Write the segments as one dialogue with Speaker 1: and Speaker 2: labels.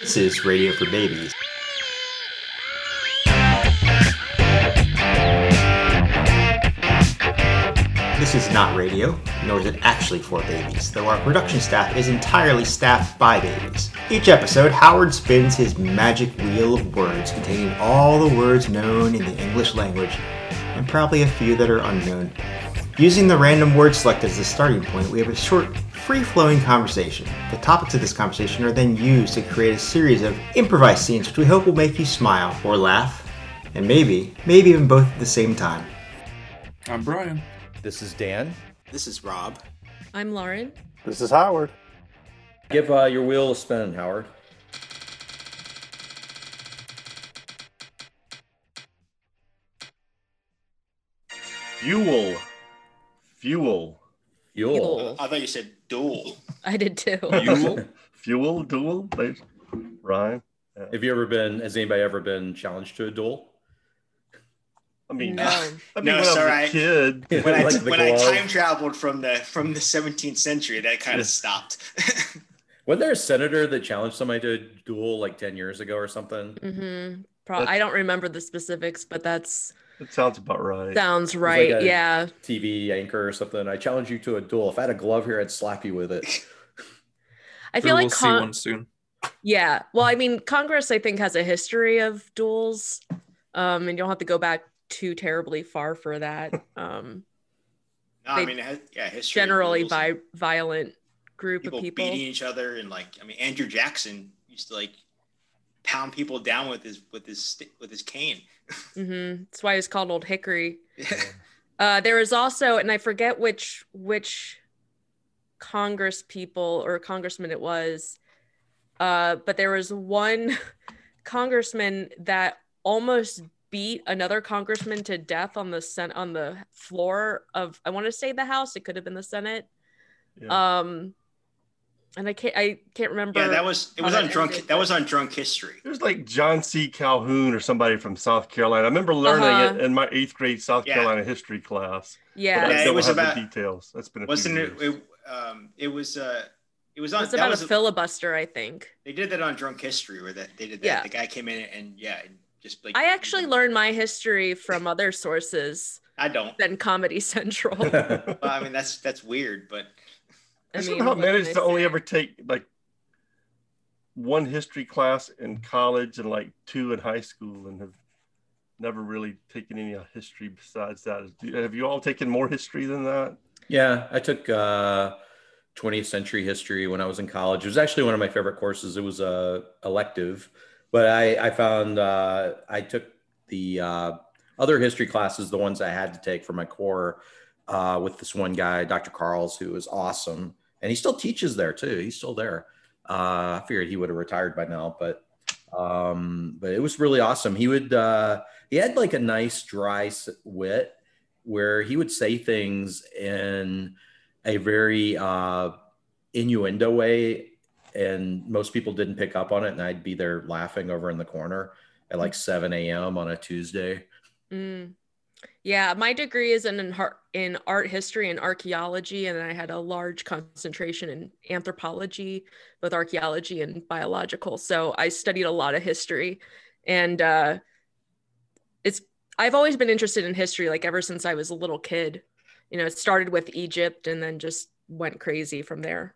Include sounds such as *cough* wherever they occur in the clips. Speaker 1: This is Radio for Babies. This is not radio, nor is it actually for babies, though our production staff is entirely staffed by babies. Each episode, Howard spins his magic wheel of words containing all the words known in the English language, and probably a few that are unknown. Using the random word select as the starting point, we have a short, free flowing conversation. The topics of this conversation are then used to create a series of improvised scenes which we hope will make you smile or laugh, and maybe, maybe even both at the same time.
Speaker 2: I'm Brian.
Speaker 3: This is Dan.
Speaker 1: This is Rob.
Speaker 4: I'm Lauren.
Speaker 5: This is Howard.
Speaker 3: Give uh, your wheel a spin, Howard.
Speaker 2: Fuel. Fuel.
Speaker 3: Fuel.
Speaker 4: Yule.
Speaker 6: I thought you said duel.
Speaker 4: I did too.
Speaker 3: *laughs*
Speaker 2: Fuel. Fuel. Duel. They rhyme.
Speaker 3: Have you ever been? Has anybody ever been challenged to a duel?
Speaker 2: I mean,
Speaker 4: No.
Speaker 2: *laughs* I mean,
Speaker 6: No,
Speaker 2: when
Speaker 6: it's
Speaker 2: I was
Speaker 6: alright.
Speaker 2: a kid,
Speaker 6: When I
Speaker 3: *laughs* Like the
Speaker 6: when I
Speaker 3: glove.
Speaker 6: time traveled from the from the 17th century, that kind of stopped. *laughs*
Speaker 3: Wasn't there a senator that challenged somebody to a duel like ten years ago or something?
Speaker 4: hmm Pro- I don't remember the specifics, but that's
Speaker 2: it sounds about right.
Speaker 4: sounds right.
Speaker 3: a-
Speaker 4: yeah.
Speaker 3: TV anchor or something. I challenge you to a duel. If I had a glove here, I'd slap you with it.
Speaker 4: I
Speaker 7: But
Speaker 4: feel like
Speaker 7: we'll see
Speaker 4: Con-
Speaker 7: one soon.
Speaker 4: yeah. Well, I mean, Congress I think has a history of duels, um, and you don't have to go back too terribly far for that. Um,
Speaker 6: No, I
Speaker 4: They
Speaker 6: mean, it has, yeah, history. of
Speaker 4: generally,
Speaker 6: duels.
Speaker 4: by violent group
Speaker 6: people
Speaker 4: of people.
Speaker 6: beating each other and like, I mean, Andrew Jackson used to like pound people down with his with his stick with his cane.
Speaker 4: hmm That's why it's called Old Hickory. *laughs* Uh, there is also, and I forget which which Congress people or congressman it was, uh, but there was one *laughs* congressman that almost beat another congressman to death on the sen- on the floor of I want to say the House, it could have been the Senate.
Speaker 2: Yeah.
Speaker 4: Um, and I can't I can't remember.
Speaker 6: yeah, that was it was
Speaker 4: Oh,
Speaker 6: on
Speaker 4: that is
Speaker 6: drunk
Speaker 4: it.
Speaker 6: that was on drunk history.
Speaker 2: There's like John C. Calhoun or somebody from South Carolina. I remember learning
Speaker 4: Uh-huh.
Speaker 2: it in my eighth grade South
Speaker 6: Yeah.
Speaker 2: Carolina history class.
Speaker 4: yeah.
Speaker 2: But I
Speaker 6: Yeah, it
Speaker 2: don't
Speaker 6: was
Speaker 2: have
Speaker 6: about-
Speaker 2: the details. That's been a
Speaker 6: Wasn't
Speaker 2: few
Speaker 6: it?
Speaker 2: years.
Speaker 6: It, um, it was uh, it was on
Speaker 4: It's about
Speaker 6: that was
Speaker 4: a filibuster, I think.
Speaker 6: they did that on drunk history where that they did that.
Speaker 4: Yeah.
Speaker 6: The guy came in and yeah, and just like
Speaker 4: I
Speaker 6: *laughs*
Speaker 4: actually learned my history from other sources
Speaker 6: I don't.
Speaker 4: than Comedy
Speaker 2: *laughs*
Speaker 4: Central.
Speaker 6: Well, I mean, that's that's weird, but
Speaker 4: I
Speaker 2: I
Speaker 4: mean,
Speaker 2: somehow
Speaker 4: what can
Speaker 2: managed
Speaker 4: I
Speaker 2: to only
Speaker 4: say?
Speaker 2: ever take like one history class in college and like two in high school, and have never really taken any history besides that. Do- Have you all taken more history than that?
Speaker 3: yeah, I took uh, 20th century history when I was in college. It was actually one of my favorite courses. It was a elective, but I, I found uh, I took the uh, other history classes, the ones I had to take for my core, uh, with this one guy, Dr. Carls, who was awesome, and he still teaches there too. He's still there. Uh, I figured he would have retired by now, but um, but it was really awesome. He would uh, he had like a nice dry s- wit where he would say things in a very uh, innuendo way, and most people didn't pick up on it, and I'd be there laughing over in the corner at like 7 a.m. on a Tuesday. *laughs*
Speaker 4: Mm. Yeah, my degree is in in, har- in art history and archaeology, and I had a large concentration in anthropology, both archaeology and biological. So I studied a lot of history, and uh, it's I've always been interested in history, like ever since I was a little kid. You know, it started with Egypt, and then just went crazy from there.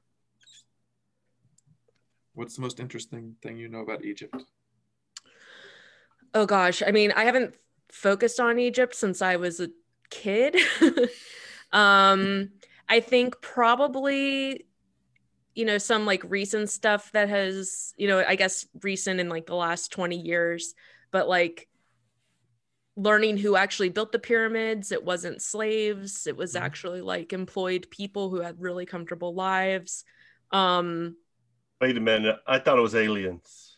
Speaker 7: What's the most interesting thing you know about Egypt?
Speaker 4: Oh gosh, I mean, I haven't focused on Egypt since I was a kid. *laughs* um, I think probably you know some like recent stuff that has, you know, I guess recent in like the last 20 years, but like learning who actually built the pyramids, it wasn't slaves, it was
Speaker 6: Mm-hmm.
Speaker 7: Mhm.
Speaker 4: actually like employed people who had really comfortable lives. Um,
Speaker 2: Wait a minute, I thought it was aliens.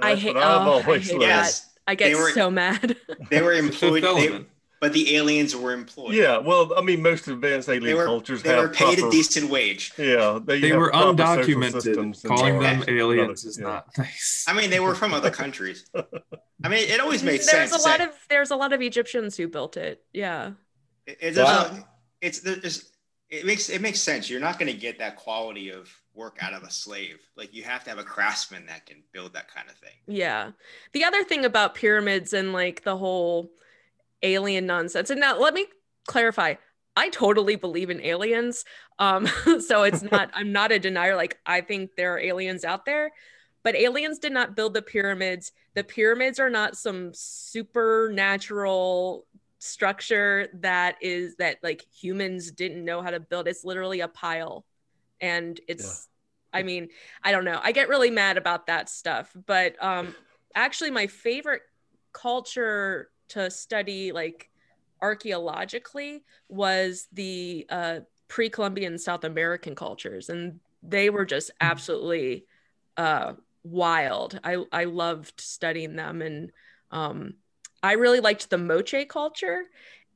Speaker 4: I
Speaker 2: That's
Speaker 4: hate-
Speaker 2: what I've
Speaker 4: oh, I
Speaker 2: always
Speaker 4: hate
Speaker 2: learned.
Speaker 4: that.
Speaker 6: yes,
Speaker 4: I get
Speaker 6: They were-
Speaker 4: so mad.
Speaker 6: they were
Speaker 7: It's the fifth
Speaker 6: employed. They,
Speaker 7: element.
Speaker 6: But the aliens were employed.
Speaker 2: Yeah, well, I mean, most advanced alien
Speaker 6: they were
Speaker 2: cultures
Speaker 6: they
Speaker 2: have
Speaker 6: were paid
Speaker 2: proper-
Speaker 6: a decent wage.
Speaker 2: Yeah, they,
Speaker 7: They
Speaker 2: have
Speaker 7: were
Speaker 2: proper social
Speaker 7: undocumented.
Speaker 2: systems and
Speaker 7: Calling
Speaker 2: all
Speaker 7: them
Speaker 2: that.
Speaker 7: aliens is
Speaker 2: Yeah.
Speaker 7: not *laughs* nice.
Speaker 6: I mean, they were from other countries. I mean, it
Speaker 4: *laughs*
Speaker 6: always made
Speaker 4: there's
Speaker 6: sense.
Speaker 4: a lot
Speaker 6: It's
Speaker 4: of there's a lot of Egyptians who built it. Yeah.
Speaker 6: like- it, it,
Speaker 3: Wow.
Speaker 6: doesn't- it's there's, it makes it makes sense. You're not going to get that quality of work out of a slave. Like you have to have a craftsman that can build that kind of thing.
Speaker 4: Yeah. The other thing about pyramids and like the whole alien nonsense. And now let me clarify. I totally believe in aliens. Um, *laughs* so it's not, I'm not a denier. Like, I think there are aliens out there, but aliens did not build the pyramids. The pyramids are not some supernatural structure that is that like humans didn't know how to build. It's literally a pile. And it's, I mean, I don't know. I get really mad about that stuff. But um, actually, my favorite culture to study, like archaeologically, was the uh, pre Columbian South American cultures. And they were just absolutely uh, wild. I, I loved studying them. And um, I really liked the Moche culture.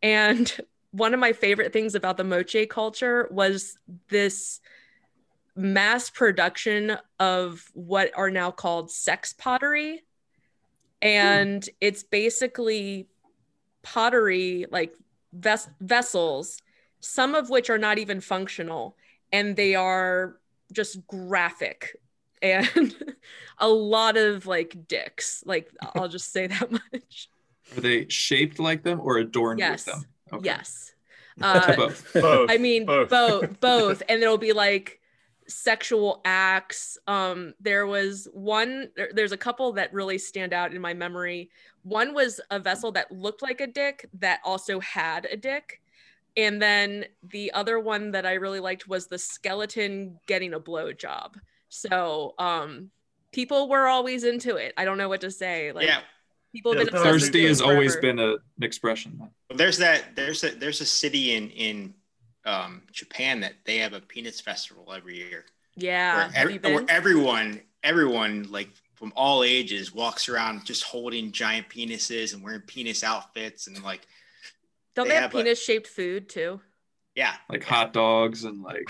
Speaker 4: And *laughs* one of my favorite things about the Moche culture was this mass production of what are now called sex pottery. And it's basically pottery, like ves- vessels, some of which are not even functional, and they are just graphic and *laughs* a lot of like dicks. Like, I'll just say that *laughs* much.
Speaker 7: Are they shaped like them or adorned
Speaker 4: Yes.
Speaker 7: with them? Okay.
Speaker 4: Yes.
Speaker 7: To
Speaker 4: Uh,
Speaker 7: both.
Speaker 2: Both.
Speaker 4: *laughs* I mean,
Speaker 2: both.
Speaker 4: both, both, and there'll be like sexual acts. Um, there was one. There, there's a couple that really stand out in my memory. One was a vessel that looked like a dick that also had a dick, and then the other one that I really liked was the skeleton getting a blowjob. So, um, people were always into it. I don't know what to say. Like,
Speaker 6: yeah,
Speaker 4: people have
Speaker 2: Yeah,
Speaker 4: been obsessed with
Speaker 7: Thirsty
Speaker 4: it
Speaker 2: Absolutely.
Speaker 7: has always
Speaker 4: forever.
Speaker 7: been a, an expression.
Speaker 6: there's that. There's a there's a city in in um, Japan that they have a penis festival every year.
Speaker 4: Yeah.
Speaker 6: where,
Speaker 4: Ah, Have
Speaker 6: ev-
Speaker 4: you been?
Speaker 6: where everyone, everyone like from all ages walks around just holding giant penises and wearing penis outfits and like,
Speaker 4: Don't
Speaker 6: they
Speaker 4: they have
Speaker 6: have a-
Speaker 4: penis shaped food too?
Speaker 6: yeah,
Speaker 7: Like hot dogs and like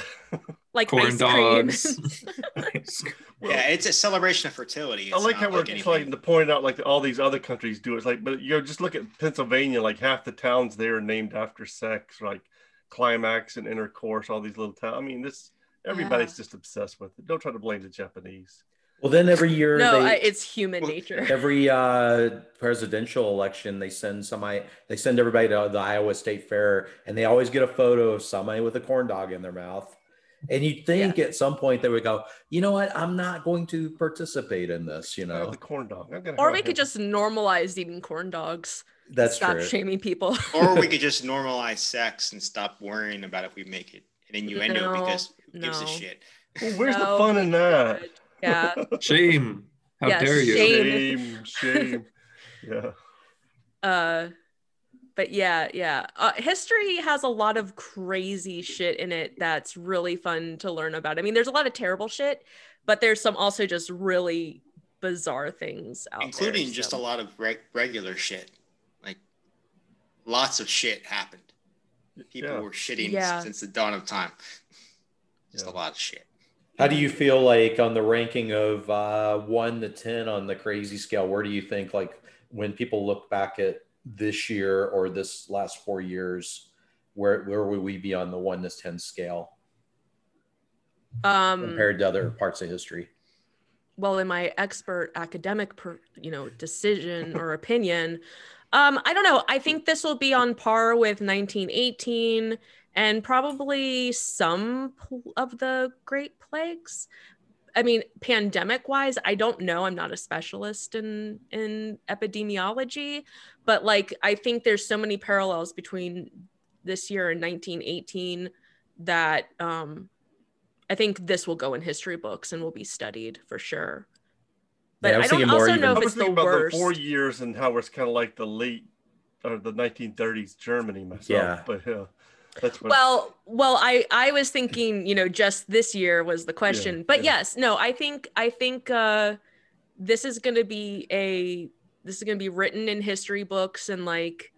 Speaker 4: Like
Speaker 7: corn
Speaker 4: ice
Speaker 7: dogs.
Speaker 4: *laughs*
Speaker 3: *laughs*
Speaker 4: cream. *laughs*
Speaker 2: Well,
Speaker 6: yeah, it's a celebration of fertility.
Speaker 2: I
Speaker 6: It's
Speaker 2: like
Speaker 6: not
Speaker 2: how we're
Speaker 6: anything-
Speaker 2: trying to point out like all these other countries do. It's like, but you know, just look at Pennsylvania. Like half the towns there are named after sex, like climax and intercourse. All these little towns. I mean, this everybody's just obsessed with it. Don't try to blame the Japanese.
Speaker 3: Well, then every year
Speaker 4: no,
Speaker 3: they,
Speaker 4: I, it's human nature.
Speaker 3: every uh, presidential election they send somebody they send everybody to the Iowa State Fair and they always get a photo of somebody with a corn dog in their mouth. And you'd think at some point they would go, you know what, I'm not going to participate in this, you
Speaker 2: I have
Speaker 3: know.
Speaker 2: Oh, the corn dog. I'm gonna
Speaker 4: *laughs* Or
Speaker 2: have
Speaker 4: we
Speaker 2: a
Speaker 4: could just normalize eating corn dogs.
Speaker 3: That's
Speaker 4: Stop
Speaker 3: true.
Speaker 4: shaming people. *laughs*
Speaker 6: or
Speaker 2: *laughs*
Speaker 6: we could just normalize sex and stop worrying about if we make it an innuendo
Speaker 4: No,
Speaker 6: because who gives a
Speaker 4: no.
Speaker 6: shit?
Speaker 2: hamburger. Well, where's the
Speaker 4: No,
Speaker 2: fun in that?
Speaker 4: Yeah.
Speaker 7: *laughs* Shame. How
Speaker 4: Yes,
Speaker 7: dare you?
Speaker 4: shame.
Speaker 2: Shame, shame. Yeah.
Speaker 4: Uh, but yeah, yeah. Uh, history has a lot of crazy shit in it that's really fun to learn about. I mean, there's a lot of terrible shit, but there's some also just really bizarre things out there,
Speaker 6: Including just a
Speaker 4: so-
Speaker 6: lot of reg- regular shit. Like lots of shit happened. People
Speaker 2: Yeah.
Speaker 6: were shitting
Speaker 4: Yeah.
Speaker 6: since the dawn of time. Just
Speaker 2: Yeah.
Speaker 6: a lot of shit.
Speaker 3: How do you feel like on the ranking of uh, one to ten on the crazy scale? Where do you think like when people look back at this year or this last four years, where where would we be on the one to ten scale
Speaker 4: um
Speaker 3: compared to other parts of history?
Speaker 4: well in my expert academic per, you know decision or opinion um i don't know i think this will be on par with 1918 and probably some pl- of the great plagues i mean pandemic wise i don't know i'm not a specialist in in epidemiology but like i think there's so many parallels between this year and 1918 that um i think this will go in history books and will be studied for sure But I don't also know if
Speaker 2: I was
Speaker 4: it's the
Speaker 2: thinking about
Speaker 4: worst.
Speaker 2: the four years and how it's kind of like the late or the 1930s Germany myself.
Speaker 3: Yeah.
Speaker 2: But yeah, that's what.
Speaker 4: well well i i was thinking you know just this year was the question but
Speaker 2: yeah.
Speaker 4: yes no i think i think uh this is going to be a this is going to be written in history books and like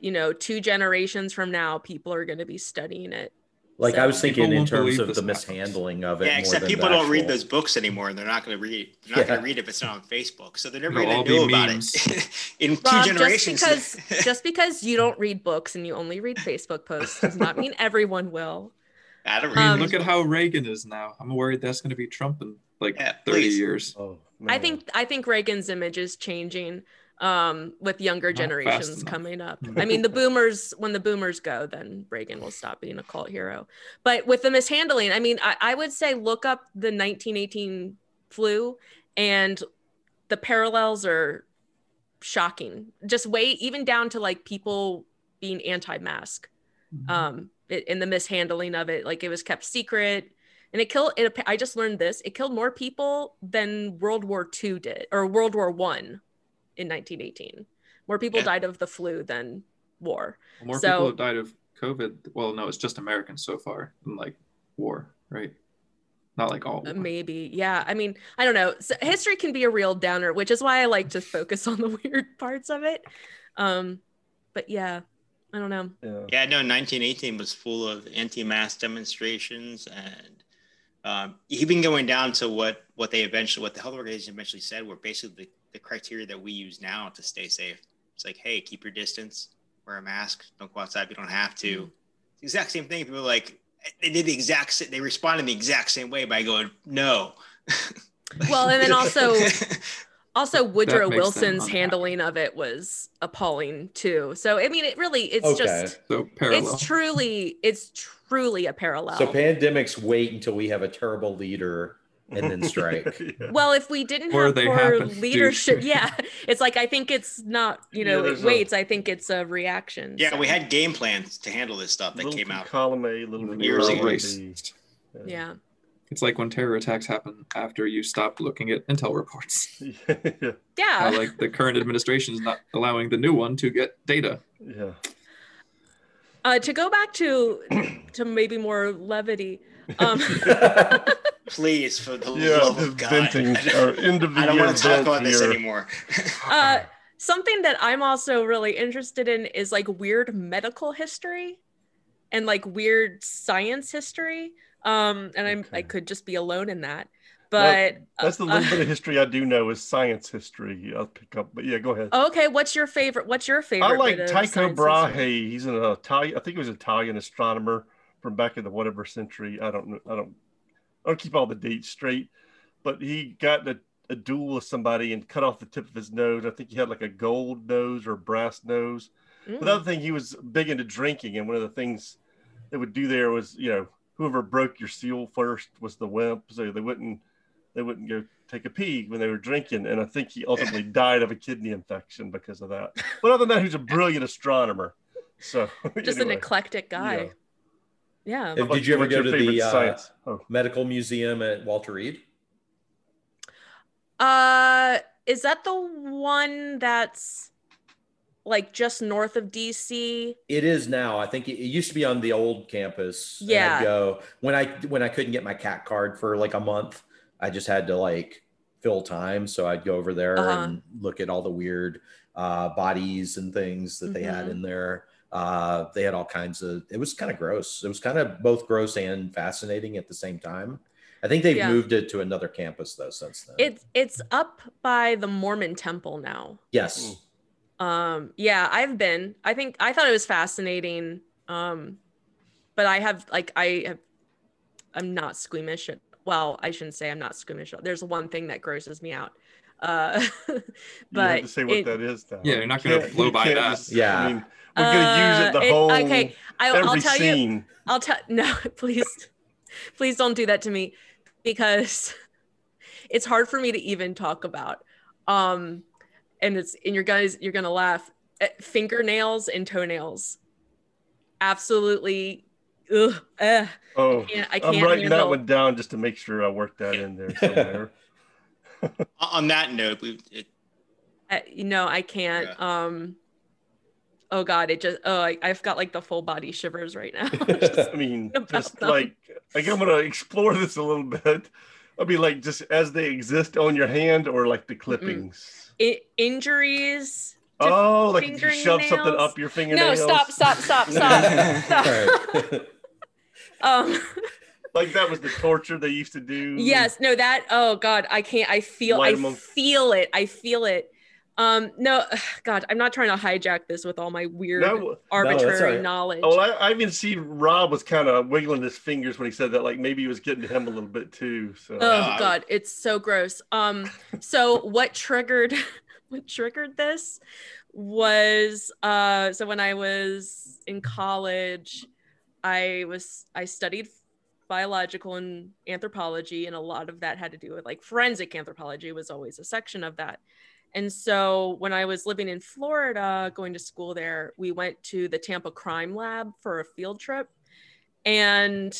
Speaker 4: you know two generations from now people are going to be studying it
Speaker 3: Like I was
Speaker 4: So-
Speaker 3: thinking
Speaker 7: People
Speaker 3: in
Speaker 7: won't
Speaker 3: terms
Speaker 7: believe
Speaker 3: of
Speaker 7: this
Speaker 3: the
Speaker 7: happens.
Speaker 3: mishandling of it.
Speaker 6: yeah,
Speaker 3: more
Speaker 6: except
Speaker 3: than
Speaker 6: people
Speaker 3: the
Speaker 6: don't read
Speaker 3: actual-
Speaker 6: those books anymore, and they're not going to read. it. They're not going
Speaker 3: Yeah.
Speaker 6: to read if it's not on Facebook, so they're never
Speaker 7: It'll all
Speaker 6: going to
Speaker 7: be
Speaker 6: know about
Speaker 7: memes.
Speaker 6: it. *laughs* In two
Speaker 4: Rob,
Speaker 6: generations,
Speaker 4: just because just because you don't read books and you only read facebook posts does not mean everyone will
Speaker 6: I don't
Speaker 7: I mean,
Speaker 4: Um,
Speaker 7: look at how Reagan is now. I'm worried that's going to be Trump in like
Speaker 6: Yeah,
Speaker 7: 30
Speaker 6: please.
Speaker 7: years.
Speaker 2: Oh,
Speaker 4: I
Speaker 2: man.
Speaker 4: think I think Reagan's image is changing um, with younger
Speaker 7: Not fast
Speaker 4: generations
Speaker 7: enough.
Speaker 4: coming
Speaker 7: *laughs*
Speaker 4: up.
Speaker 7: Mhm.
Speaker 4: I mean, the boomers when the boomers go, then Reagan will stop being a cult hero. But with the mishandling, I mean, I, I would say look up the 1918 flu, and the parallels are shocking. Just way even down to like people being anti-mask um it, and the mishandling of it like it was kept secret and it killed it i just learned this it killed more people than world war ii did or world war one in 1918 more people
Speaker 6: Yeah.
Speaker 4: died of the flu than war
Speaker 7: More
Speaker 4: so-
Speaker 7: people have died of COVID. Well, no, it's just Americans so far in like war, right? Not like all.
Speaker 4: Uh,
Speaker 7: war.
Speaker 4: maybe yeah i mean i don't know so history can be a real downer which is why i like to focus on the *laughs* weird parts of it um but yeah i don't know
Speaker 2: Yeah.
Speaker 6: Yeah, no, 1918 was full of anti-mask demonstrations and um, even going down to what what they eventually what the health organization eventually said were basically the, the criteria that we use now to stay safe. It's like, hey, keep your distance, wear a mask, don't go outside if you don't have to.
Speaker 4: Mm-hmm.
Speaker 6: It's the exact same thing. People were like they did the exact sa- they responded the exact same way by going no.
Speaker 4: *laughs* well and then also also woodrow
Speaker 7: makes them
Speaker 4: wilson's
Speaker 7: unhappy.
Speaker 4: handling of it was appalling too so i mean it really it's
Speaker 3: Okay.
Speaker 4: just
Speaker 7: So parallel.
Speaker 4: it's truly it's truly a parallel
Speaker 3: So pandemics wait until we have a terrible leader
Speaker 7: *laughs*
Speaker 3: and
Speaker 2: *laughs*
Speaker 3: then strike.
Speaker 2: Yeah.
Speaker 4: well if we didn't
Speaker 7: Or
Speaker 4: have
Speaker 7: they
Speaker 4: poor
Speaker 7: happen to. *laughs*
Speaker 4: leadership yeah it's like i think it's not you
Speaker 2: Yeah,
Speaker 4: know it
Speaker 2: there's a-
Speaker 4: waits I think it's a reaction
Speaker 6: *laughs* yeah,
Speaker 4: so.
Speaker 6: we had game plans to handle this stuff that
Speaker 2: Little
Speaker 6: came
Speaker 2: from
Speaker 6: out.
Speaker 2: Column A, little from
Speaker 6: Years
Speaker 2: column
Speaker 6: ago.
Speaker 2: B.
Speaker 7: Race.
Speaker 4: yeah
Speaker 7: It's like when terror attacks happen after you stop looking at intel reports.
Speaker 2: *laughs* yeah.
Speaker 4: yeah
Speaker 7: How like the current administration is not allowing the new one to get data.
Speaker 2: Yeah.
Speaker 4: uh, to go back to to maybe more
Speaker 7: *laughs*
Speaker 4: levity um *laughs*
Speaker 6: Please, for the
Speaker 2: Yeah,
Speaker 6: love
Speaker 2: the
Speaker 6: of God, *laughs*
Speaker 2: venting or end of the
Speaker 6: I don't
Speaker 2: year
Speaker 6: want to talk
Speaker 2: vent
Speaker 6: about this
Speaker 2: here.
Speaker 6: anymore.
Speaker 4: uh something that I'm also really interested in is like weird medical history and like weird science history. Um, and I'm I
Speaker 2: Okay.
Speaker 4: could just be alone in that,
Speaker 2: Well,
Speaker 4: but
Speaker 2: That's the
Speaker 4: uh,
Speaker 2: little bit of history I do know is science history. I'll pick up, but yeah, go ahead.
Speaker 4: okay. What's your favorite? What's your favorite?
Speaker 2: I
Speaker 4: bit
Speaker 2: like
Speaker 4: of
Speaker 2: Tycho
Speaker 4: science
Speaker 2: Brahe.
Speaker 4: history?
Speaker 2: He's an Italian. I think he was an Italian astronomer from back in the whatever century. I don't know. I don't. I don't keep all the dates straight, but he got in a, a duel with somebody and cut off the tip of his nose. I think he had like a gold nose or a brass nose.
Speaker 4: Mm.
Speaker 2: But the other thing, he was big into drinking, and one of the things they would do there was, you know, whoever broke your seal first was the wimp, so they wouldn't they wouldn't go take a pee when they were drinking. And I think
Speaker 4: *laughs*
Speaker 2: he ultimately died of a kidney infection because of that. But other than that, he's a brilliant astronomer. So *laughs*
Speaker 4: Just
Speaker 2: anyway,
Speaker 4: an eclectic guy. Yeah.
Speaker 2: How about
Speaker 3: Did you ever
Speaker 2: what's
Speaker 3: go
Speaker 2: your
Speaker 3: to
Speaker 2: favorite
Speaker 3: the uh,
Speaker 2: science? Oh,
Speaker 3: medical museum at Walter Reed?
Speaker 4: Uh, is that the one that's like just north of DC?
Speaker 3: It is now. I think it, it used to be on the old campus. and I'd
Speaker 4: Yeah.
Speaker 3: go when I when I couldn't get my cat card for like a month, I just had to like fill time. So I'd go over there
Speaker 4: Uh-huh.
Speaker 3: and look at all the weird uh, bodies and things that they had
Speaker 4: Mhm.
Speaker 3: in there. Uh, they had all kinds of. It was kind of gross. It was kind of both gross and fascinating at the same time. I think they've
Speaker 4: Yeah.
Speaker 3: moved it to another campus though since then.
Speaker 4: It's it's up by the Mormon temple now.
Speaker 3: yes.
Speaker 2: Mm.
Speaker 4: um yeah i've been i think i thought it was fascinating um but i have like i have i'm not squeamish at, well i shouldn't say i'm not squeamish there's one thing that grosses me out uh *laughs*
Speaker 2: you have
Speaker 4: but
Speaker 2: to say what
Speaker 4: it-
Speaker 2: that is now.
Speaker 7: Yeah, you're not gonna
Speaker 2: Can't-
Speaker 7: blow
Speaker 2: you
Speaker 7: by
Speaker 2: can't
Speaker 7: that.
Speaker 2: just-
Speaker 3: Yeah.
Speaker 2: I mean, we're gonna use it
Speaker 4: Uh,
Speaker 2: the whole
Speaker 4: okay I, i'll
Speaker 2: every
Speaker 4: tell you
Speaker 2: scene.
Speaker 4: I'll tell no, *laughs* please, please don't do that to me because *laughs* it's hard for me to even talk about. Um, and it's and you're guys, you're gonna laugh. Uh, Fingernails and toenails, absolutely. Ugh, ugh.
Speaker 2: Oh,
Speaker 4: can't- I
Speaker 2: am
Speaker 4: can't
Speaker 2: writing that
Speaker 4: handle-
Speaker 2: one down just to make sure I work that in there somewhere.
Speaker 6: On that note, we it,
Speaker 4: I, you know, eh, I can't. Um, oh God, it just. Oh, I, I've got like the full body shivers right
Speaker 2: *laughs*
Speaker 4: now. Just-
Speaker 2: I mean,
Speaker 4: About
Speaker 2: just
Speaker 4: them.
Speaker 2: like I think I'm gonna explore this a little bit. I mean, like just as they exist on your hand or like the clippings.
Speaker 4: I- injuries. to
Speaker 2: Oh, like if you shove something
Speaker 4: fingernails?
Speaker 2: up your
Speaker 4: No,
Speaker 2: fingernails.
Speaker 4: stop, stop, stop, stop,
Speaker 3: *laughs*
Speaker 2: *laughs*
Speaker 4: *laughs*
Speaker 3: All
Speaker 4: stop.
Speaker 3: right.
Speaker 4: Um.
Speaker 2: Like that was the torture they used to do.
Speaker 3: Mm-hmm.
Speaker 4: Yes, no, that oh god, I can't I feel
Speaker 2: Light
Speaker 4: I
Speaker 2: 'em up.
Speaker 4: feel it. I feel it. Um, no, *sighs* God, I'm not trying to hijack this with all my weird
Speaker 2: Now,
Speaker 4: arbitrary
Speaker 3: all right.
Speaker 4: knowledge.
Speaker 2: oh, I, I even see Rob was kind of wiggling his fingers when he said that. Like maybe he was getting to him a little bit too. So
Speaker 4: Oh
Speaker 6: Uh,
Speaker 4: god, it's so gross. Um so what triggered *laughs* what triggered this was uh so when I was in college, I was I studied biological and anthropology and a lot of that had to do with like forensic anthropology was always a section of that. And so when I was living in Florida, going to school there, we went to the Tampa Crime Lab for a field trip and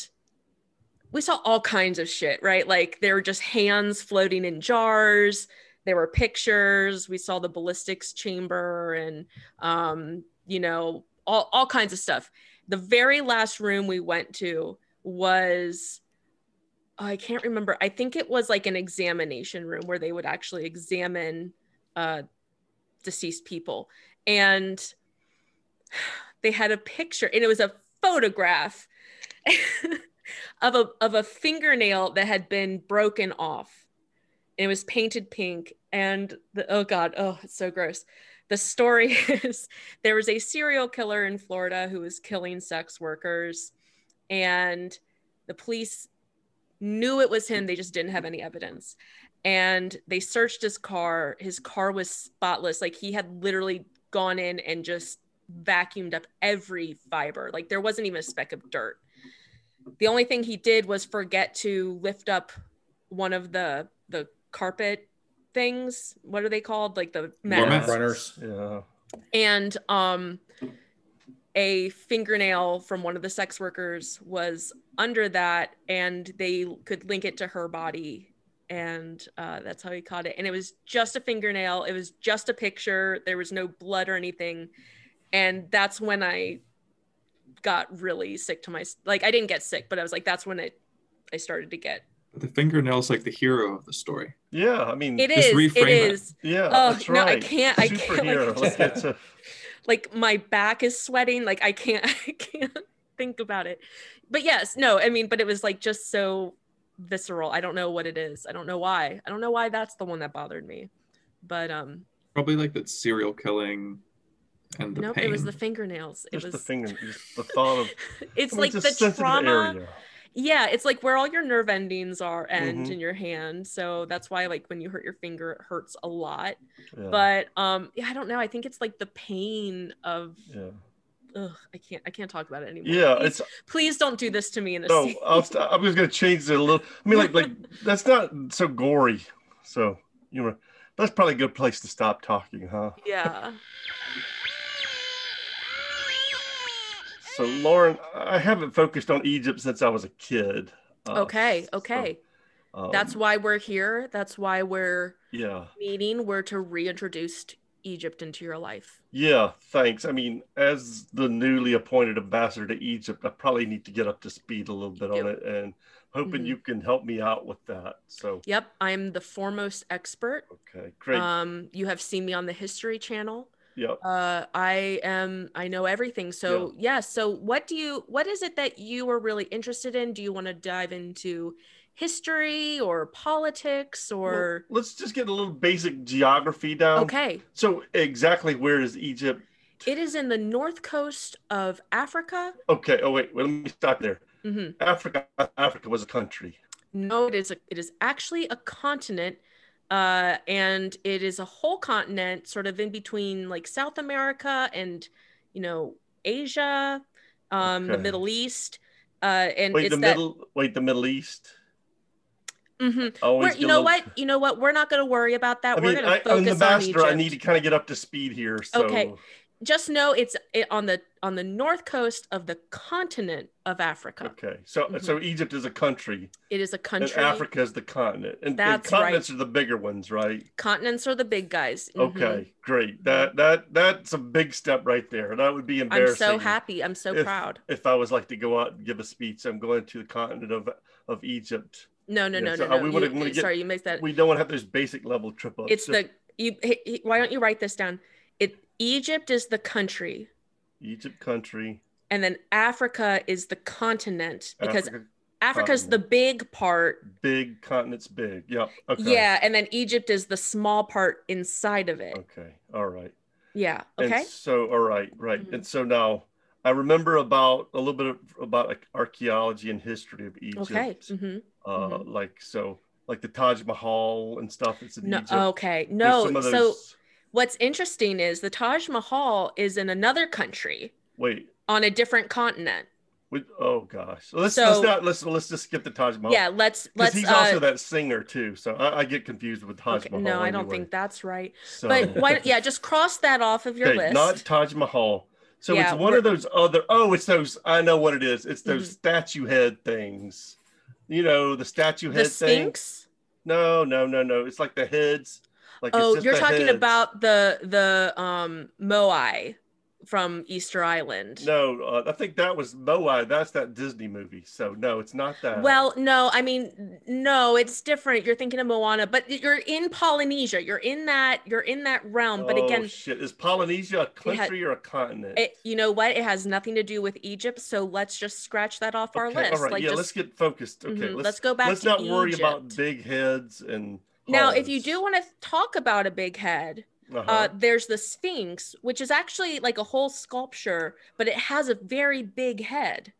Speaker 4: we saw all kinds of shit, right? Like there were just hands floating in jars. There were pictures. We saw the ballistics chamber and, um, you know, all, all kinds of stuff. The very last room we went to was, oh, I can't remember. I think it was like an examination room where they would actually examine uh, deceased people. And *sighs* they had a picture, and it was a photograph. *laughs* of a of a fingernail that had been broken off. And it was painted pink and the oh god, oh it's so gross. The story *laughs* is there was a serial killer in Florida who was killing sex workers and the police knew it was him, they just didn't have any evidence. And they searched his car. His car was spotless. Like he had literally gone in and just vacuumed up every fiber. Like there wasn't even a speck of dirt the only thing he did was forget to lift up one of the the carpet things what are they called like the
Speaker 3: Warm
Speaker 4: mats
Speaker 3: up runners.
Speaker 2: yeah.
Speaker 4: and um a fingernail from one of the sex workers was under that and they could link it to her body and uh, that's how he caught it and it was just a fingernail it was just a picture there was no blood or anything and that's when i got really sick to my like i didn't get sick but i was like that's when it i started to get
Speaker 7: The fingernail's like the hero of the story.
Speaker 2: Yeah. I mean.
Speaker 4: it
Speaker 7: Just
Speaker 4: is
Speaker 7: reframe
Speaker 4: it
Speaker 7: it.
Speaker 4: is
Speaker 2: yeah.
Speaker 4: oh,
Speaker 2: that's
Speaker 4: no, I
Speaker 2: right.
Speaker 4: can't- I can't, like,
Speaker 2: Superhero. Let's get
Speaker 4: *laughs*
Speaker 2: to-
Speaker 4: like my back is sweating like i can't *laughs* i can't think about it but yes no i mean but it was like just so visceral i don't know what it is i don't know why i don't know why that's the one that bothered me but um
Speaker 7: Probably like the serial killing and the
Speaker 4: nope
Speaker 7: pain.
Speaker 4: it was the fingernails it
Speaker 2: just the
Speaker 4: was
Speaker 2: finger. Just the thought
Speaker 4: *laughs*
Speaker 2: of.
Speaker 4: it's
Speaker 2: I mean,
Speaker 4: like
Speaker 2: a
Speaker 4: the
Speaker 2: sensitive
Speaker 4: trauma
Speaker 2: area.
Speaker 4: yeah it's like where all your nerve endings are end
Speaker 2: Mhm.
Speaker 4: in your hand so that's why like when you hurt your finger it hurts a lot
Speaker 2: Yeah,
Speaker 4: but um yeah i don't know i think it's like the pain of
Speaker 2: yeah.
Speaker 4: ugh, i can't i can't talk about it anymore
Speaker 2: Yeah,
Speaker 4: Please-
Speaker 2: it's
Speaker 4: please don't do this to me in a
Speaker 2: no. uh,
Speaker 4: scene.
Speaker 2: I'll st- I'm just gonna change it a little. I mean, like, like that's not so gory. So you know, that's probably a good place to stop talking, huh?
Speaker 4: *laughs* yeah
Speaker 2: So Lauren, I haven't focused on Egypt since I was a kid. Uh,
Speaker 4: okay
Speaker 2: so,
Speaker 4: okay
Speaker 2: um,
Speaker 4: that's why we're here that's why we're
Speaker 2: yeah,
Speaker 4: meeting we're to reintroduce egypt into your life
Speaker 2: yeah. Thanks. I mean, as the newly appointed ambassador to Egypt, I probably need to get up to speed a little bit
Speaker 4: You
Speaker 2: on
Speaker 4: do.
Speaker 2: it, and hoping
Speaker 4: Mhm.
Speaker 2: you can help me out with that. So
Speaker 4: yep i'm the foremost expert
Speaker 2: okay, great.
Speaker 4: um you have seen me on the history channel
Speaker 2: yep.
Speaker 4: uh i am i know everything so yes so what do you what is it that you are really interested in do you want to dive into history or politics
Speaker 2: Well,
Speaker 4: or
Speaker 2: let's just get a little basic geography down.
Speaker 4: okay
Speaker 2: So exactly where is Egypt?
Speaker 4: it is in the north coast of africa
Speaker 2: Okay. Oh wait. Well, let me stop there.
Speaker 4: hmm
Speaker 2: Africa. Africa was a country.
Speaker 4: No, it is a, it is actually a continent, uh, and it is a whole continent, sort of in between like South America and you know Asia, um, the
Speaker 2: Okay.
Speaker 4: Middle East, uh, and
Speaker 2: Wait,
Speaker 4: it's
Speaker 2: the
Speaker 4: that.
Speaker 2: middle. Wait, the Middle East.
Speaker 4: Mhm.
Speaker 2: I Always
Speaker 4: We're, you
Speaker 2: get
Speaker 4: know
Speaker 2: a little-
Speaker 4: what? You know what? We're not going to worry about that.
Speaker 2: I
Speaker 4: We're
Speaker 2: mean,
Speaker 4: going
Speaker 2: I,
Speaker 4: to
Speaker 2: I'm the
Speaker 4: focus on Egypt.
Speaker 2: master. I need to kind of get up to speed here. So.
Speaker 4: Okay. Just know it's it, on the on the north coast of the continent of Africa.
Speaker 2: Okay. So
Speaker 4: Mhm.
Speaker 2: so Egypt is a country,
Speaker 4: It is a
Speaker 2: and
Speaker 4: country.
Speaker 2: Africa is the continent, and, and
Speaker 4: That's right.
Speaker 2: continents are the bigger ones, right?
Speaker 4: Continents are the big guys. Mhm.
Speaker 2: Okay, great. That that that's a big step right there. That would be
Speaker 4: I'm
Speaker 2: embarrassing.
Speaker 4: so happy. I'm so
Speaker 2: If-
Speaker 4: proud.
Speaker 2: if I was like to go out and give a speech, I'm going to the continent of of Egypt.
Speaker 4: No, no,
Speaker 2: Yeah,
Speaker 4: no,
Speaker 2: so,
Speaker 4: no,
Speaker 2: uh, we
Speaker 4: no.
Speaker 2: wanna-
Speaker 4: You-
Speaker 2: wanna get-
Speaker 4: sorry, you mixed that.
Speaker 2: We don't want to have those basic level trip ups.
Speaker 4: Uh, it's the you. he- he- why don't you write this down? It Egypt is the country,
Speaker 2: Egypt country
Speaker 4: and then Africa is the continent because Africa,
Speaker 2: Africa.
Speaker 4: Africa's the
Speaker 2: continent.
Speaker 4: big part.
Speaker 2: big continent's big. Yep. Okay.
Speaker 4: Yeah, and then Egypt is the small part inside of it.
Speaker 2: Okay. All right.
Speaker 4: Yeah. Okay.
Speaker 2: And so, all right, right.
Speaker 4: Mhm.
Speaker 2: And so now I remember about a little bit of, about like archaeology and history of Egypt.
Speaker 4: Okay. hmm
Speaker 2: Uh,
Speaker 4: mhm.
Speaker 2: Like, so, like the Taj Mahal and stuff. It's in
Speaker 4: No.
Speaker 2: Egypt.
Speaker 4: Okay.
Speaker 2: There's
Speaker 4: No.
Speaker 2: some of
Speaker 4: So
Speaker 2: those-
Speaker 4: what's interesting is the Taj Mahal is in another country
Speaker 2: wait.
Speaker 4: on a different continent.
Speaker 2: With, oh gosh, So let's,
Speaker 4: So-
Speaker 2: let's not let's let's just skip the Taj Mahal.
Speaker 4: Yeah. Let's
Speaker 2: because
Speaker 4: let's.
Speaker 2: he's
Speaker 4: uh,
Speaker 2: also that singer too. So I, I get confused with Taj
Speaker 4: okay,
Speaker 2: Mahal.
Speaker 4: no, I don't
Speaker 2: anyway.
Speaker 4: think that's right.
Speaker 2: So-
Speaker 4: But why?
Speaker 2: *laughs*
Speaker 4: Yeah, just cross that off of your
Speaker 2: okay,
Speaker 4: list.
Speaker 2: not Taj Mahal. So
Speaker 4: Yeah,
Speaker 2: it's one of those other. Oh, it's those. I know what it is. It's those
Speaker 4: Mhm.
Speaker 2: statue head things. You know the statue
Speaker 4: the
Speaker 2: head thing.
Speaker 4: Sphinx.
Speaker 2: No, no, no, no. It's like the heads. Like it's
Speaker 4: Oh,
Speaker 2: just
Speaker 4: you're
Speaker 2: the
Speaker 4: talking
Speaker 2: heads.
Speaker 4: about the the um Moai from Easter Island.
Speaker 2: No, uh, I think that was Moai. That's that Disney movie. So no, it's not that.
Speaker 4: Well, no, I mean, no, it's different. You're thinking of Moana, but you're in Polynesia. You're in that. You're in that realm. um, But
Speaker 2: Oh,
Speaker 4: again,
Speaker 2: shit, is Polynesia a country or a continent?
Speaker 4: it, you know what? It has nothing to do with Egypt. So let's just scratch that off our
Speaker 2: Okay,
Speaker 4: list.
Speaker 2: All right,
Speaker 4: Like,
Speaker 2: yeah,
Speaker 4: just,
Speaker 2: let's get focused. Okay,
Speaker 4: mhm,
Speaker 2: let's
Speaker 4: let's go back.
Speaker 2: let's
Speaker 4: to
Speaker 2: not worry about
Speaker 4: Egypt.
Speaker 2: big heads and.
Speaker 4: Now, if you
Speaker 2: hearts.
Speaker 4: do want to talk about a big head,
Speaker 2: Uh-huh.
Speaker 4: uh, there's the Sphinx, which is actually like a whole sculpture, but it has a very big head.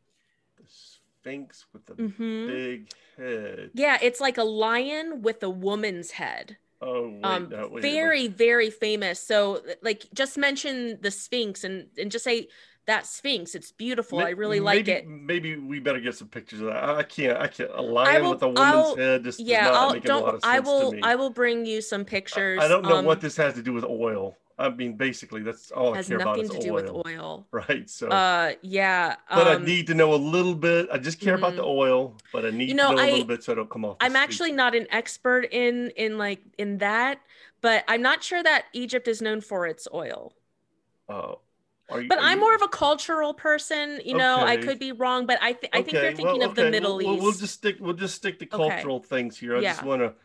Speaker 2: The Sphinx with the
Speaker 4: hmm
Speaker 2: big head.
Speaker 4: Yeah, it's like a lion with a woman's head.
Speaker 2: Oh, wait,
Speaker 4: um,
Speaker 2: no, wait, wait.
Speaker 4: very, very famous. So, like, just mention the Sphinx and and just say that Sphinx. It's beautiful.
Speaker 2: May-
Speaker 4: I really like
Speaker 2: maybe-
Speaker 4: it.
Speaker 2: Maybe we better get some pictures of that. I I can't. I can't. A lion
Speaker 4: will-
Speaker 2: with a woman's
Speaker 4: I'll-
Speaker 2: head just
Speaker 4: Yeah,
Speaker 2: does not
Speaker 4: I'll
Speaker 2: make a lot
Speaker 4: don't.
Speaker 2: of sense
Speaker 4: I
Speaker 2: to
Speaker 4: will.
Speaker 2: me.
Speaker 4: I will bring you some pictures.
Speaker 2: I don't know
Speaker 4: um,
Speaker 2: what this has to do with oil. I mean, basically, that's all I
Speaker 4: has
Speaker 2: care about
Speaker 4: nothing
Speaker 2: is
Speaker 4: to
Speaker 2: oil,
Speaker 4: do with oil.
Speaker 2: *laughs* right? So,
Speaker 4: Uh, yeah.
Speaker 2: but
Speaker 4: um,
Speaker 2: I need to know a little bit. I just care about
Speaker 4: mhm.
Speaker 2: the oil, but I need
Speaker 4: You know,
Speaker 2: to know a
Speaker 4: I-
Speaker 2: little bit so I don't come off. the
Speaker 4: I'm
Speaker 2: street.
Speaker 4: actually not an expert in in like in that, but I'm not sure that Egypt is known for its oil.
Speaker 2: Oh, are you,
Speaker 4: But
Speaker 2: are
Speaker 4: I'm
Speaker 2: you-
Speaker 4: more of a cultural person, you know. I
Speaker 2: Okay.
Speaker 4: could be wrong, but I th- I think you're
Speaker 2: Okay, well,
Speaker 4: thinking of the
Speaker 2: okay,
Speaker 4: Middle
Speaker 2: we'll,
Speaker 4: East.
Speaker 2: We'll, we'll just stick. We'll just stick to
Speaker 4: Okay.
Speaker 2: cultural things here. I just
Speaker 4: Yeah.
Speaker 2: want to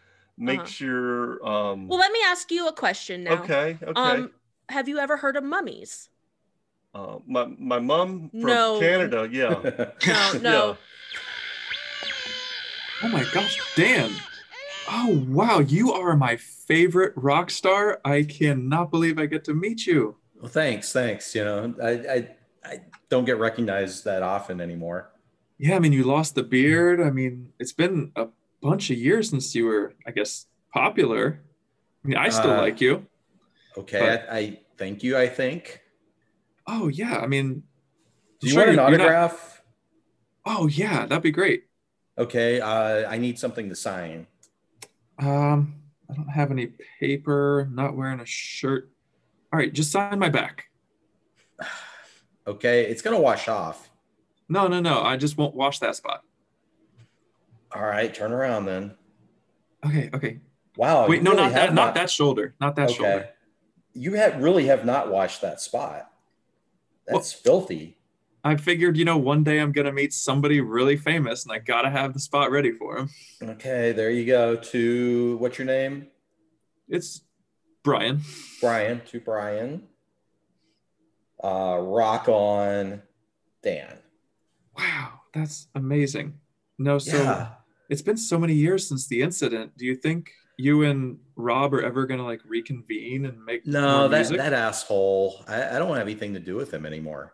Speaker 2: make
Speaker 4: Uh-huh.
Speaker 2: sure. Um,
Speaker 4: Well, let me ask you a question now.
Speaker 2: okay. Okay.
Speaker 4: Um, have you ever heard of
Speaker 2: *laughs*
Speaker 4: mummies?
Speaker 2: Uh, my my mom from
Speaker 4: No.
Speaker 2: Canada.
Speaker 3: *laughs*
Speaker 2: Yeah. *laughs*
Speaker 4: No, no.
Speaker 7: Oh my gosh, Dan. Oh wow, you are my favorite rock star. I cannot believe I get to meet you.
Speaker 3: Well, thanks, thanks. You know, I, I I don't get recognized that often anymore.
Speaker 7: Yeah, I mean, you lost the beard. I mean, it's been a bunch of years since you were, I guess, popular. I mean, I still
Speaker 3: Uh,
Speaker 7: like you.
Speaker 3: Okay,
Speaker 7: But-
Speaker 3: I, I thank you. I think.
Speaker 7: Oh yeah, I mean,
Speaker 3: Do you
Speaker 7: sure,
Speaker 3: want an
Speaker 7: you're not-
Speaker 3: autograph?
Speaker 7: oh yeah, that'd be great.
Speaker 3: Okay, uh, I need something to sign.
Speaker 7: Um, I don't have any paper. Not wearing a shirt. All right, just sign my back.
Speaker 3: Okay, it's gonna wash off.
Speaker 7: No, no, no. I just won't wash that spot.
Speaker 3: All right, turn around then.
Speaker 7: Okay, okay.
Speaker 3: Wow.
Speaker 7: Wait,
Speaker 3: Oh, you
Speaker 7: no,
Speaker 3: really
Speaker 7: not
Speaker 3: have
Speaker 7: that, not that shoulder, not that shoulder.
Speaker 3: You have really have not washed that spot. That's filthy.
Speaker 7: I figured, you know, one day I'm gonna meet somebody really famous, and I gotta have the spot ready for him.
Speaker 3: Okay, there you go. To what's your name?
Speaker 7: It's Brian.
Speaker 3: Brian. To Brian. Uh, rock on, Dan.
Speaker 7: Wow, that's amazing. No, so
Speaker 3: yeah.
Speaker 7: it's been so many years since the incident. Do you think you and Rob are ever gonna like reconvene and make
Speaker 3: No,
Speaker 7: more
Speaker 3: that
Speaker 7: music?
Speaker 3: that asshole. I, I don't have anything to do with him anymore.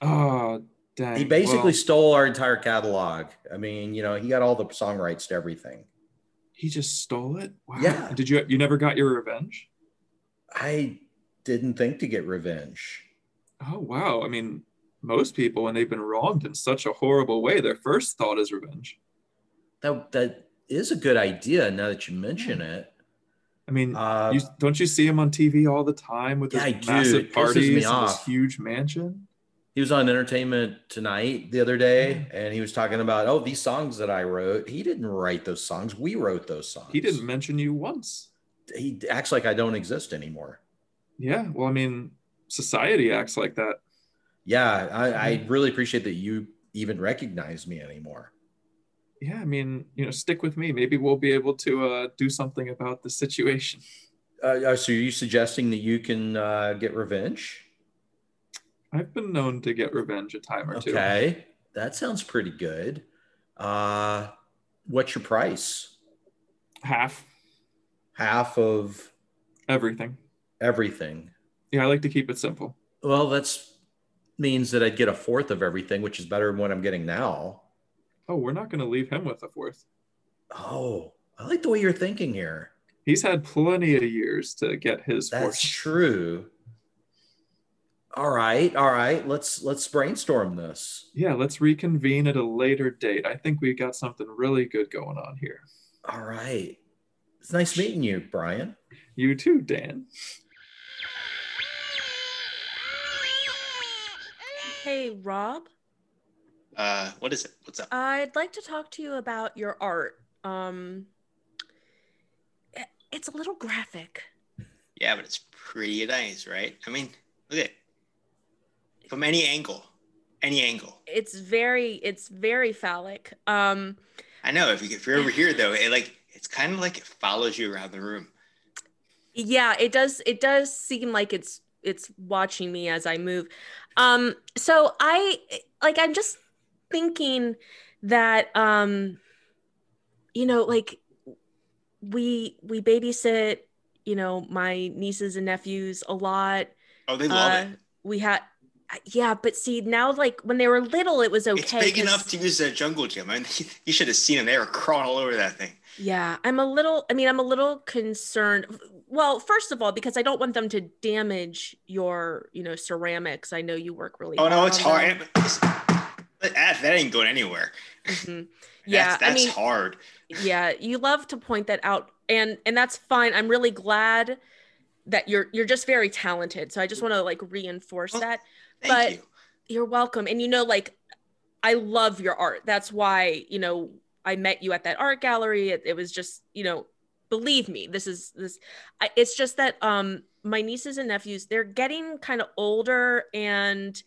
Speaker 7: Oh, dang.
Speaker 3: He basically
Speaker 7: Well,
Speaker 3: stole our entire catalog. I mean, you know, he got all the song rights to everything.
Speaker 7: he just stole it. Wow.
Speaker 3: Yeah.
Speaker 7: Did you you never got your revenge?
Speaker 3: I didn't think to get revenge.
Speaker 7: Oh wow. I mean, most people when they've been wronged in such a horrible way, their first thought is revenge.
Speaker 3: That that is a good idea now that you mention it.
Speaker 7: I mean,
Speaker 3: Uh,
Speaker 7: you, don't you see him on TV all the time with his
Speaker 3: Yeah, I do.
Speaker 7: massive
Speaker 3: It pisses me
Speaker 7: parties and
Speaker 3: off.
Speaker 7: his huge mansion?
Speaker 3: he was on Entertainment Tonight the other day, and he was talking about oh these songs that I wrote. He didn't write those songs. We wrote those songs.
Speaker 7: He didn't mention you once.
Speaker 3: He acts like I don't exist anymore.
Speaker 7: Yeah, well, I mean, society acts like that.
Speaker 3: Yeah, I, I really appreciate that you even recognize me anymore.
Speaker 7: Yeah, I mean, you know, stick with me. Maybe we'll be able to uh, do something about the situation.
Speaker 3: Uh, uh, so, are you suggesting that you can uh, get revenge?
Speaker 7: I've been known to get revenge a time or two.
Speaker 3: Okay, that sounds pretty good. Uh, what's your price?
Speaker 7: Half
Speaker 3: Half of
Speaker 7: everything.
Speaker 3: everything.
Speaker 7: Yeah, I like to keep it simple.
Speaker 3: Well, that's means that I'd get a fourth of everything, which is better than what I'm getting now.
Speaker 7: Oh, we're not going to leave him with a fourth.
Speaker 3: Oh, I like the way you're thinking here.
Speaker 7: He's had plenty of years to get his
Speaker 3: That's
Speaker 7: fourth.
Speaker 3: true. All right, all right. Let's let's brainstorm this.
Speaker 7: Yeah, let's reconvene at a later date. I think we've got something really good going on here.
Speaker 3: All right. It's nice meeting you, Brian.
Speaker 7: You too, Dan.
Speaker 4: Hey, Rob,
Speaker 6: Uh, what is it? What's up?
Speaker 4: I'd like to talk to you about your art. Um, it- it's a little graphic.
Speaker 6: Yeah, but it's pretty nice, right? I mean, look at it. from any angle, any angle.
Speaker 4: It's very, it's very phallic. Um,
Speaker 6: I know if, you, if you're over here though, it like it's kind of like it follows you around the room.
Speaker 4: yeah, it does. It does seem like it's it's watching me as I move. Um, so I like I'm just thinking that um, you know, like we we babysit, you know, my nieces and nephews a lot.
Speaker 6: Oh, they love
Speaker 4: Uh, we had yeah but see now like when they were little it was
Speaker 6: it.
Speaker 4: okay
Speaker 6: It's big
Speaker 4: 'cause-
Speaker 6: enough to use as a jungle gym. I mean, *laughs* you should have seen them. They were crawling all over that thing.
Speaker 4: yeah i'm a little i mean i'm a little concerned well first of all because i don't want them to damage your you know ceramics i know you work really
Speaker 6: Oh no,
Speaker 4: hard
Speaker 6: it's
Speaker 4: on
Speaker 6: hard.
Speaker 4: them.
Speaker 6: That, that ain't going anywhere. *laughs*
Speaker 4: Mhm. yeah
Speaker 6: that's, that's
Speaker 4: i mean
Speaker 6: hard.
Speaker 4: yeah you love to point that out and and that's fine i'm really glad that you're you're just very talented so i just want to like reinforce
Speaker 6: Mm. Well,
Speaker 4: that
Speaker 6: Thank
Speaker 4: but-
Speaker 6: you.
Speaker 4: You're welcome. And you know, like, I love your art. That's why, you know, I met you at that art gallery. It, it was just, you know, believe me, this is this. I, it's just that um, my nieces and nephews, they're getting kind of older and,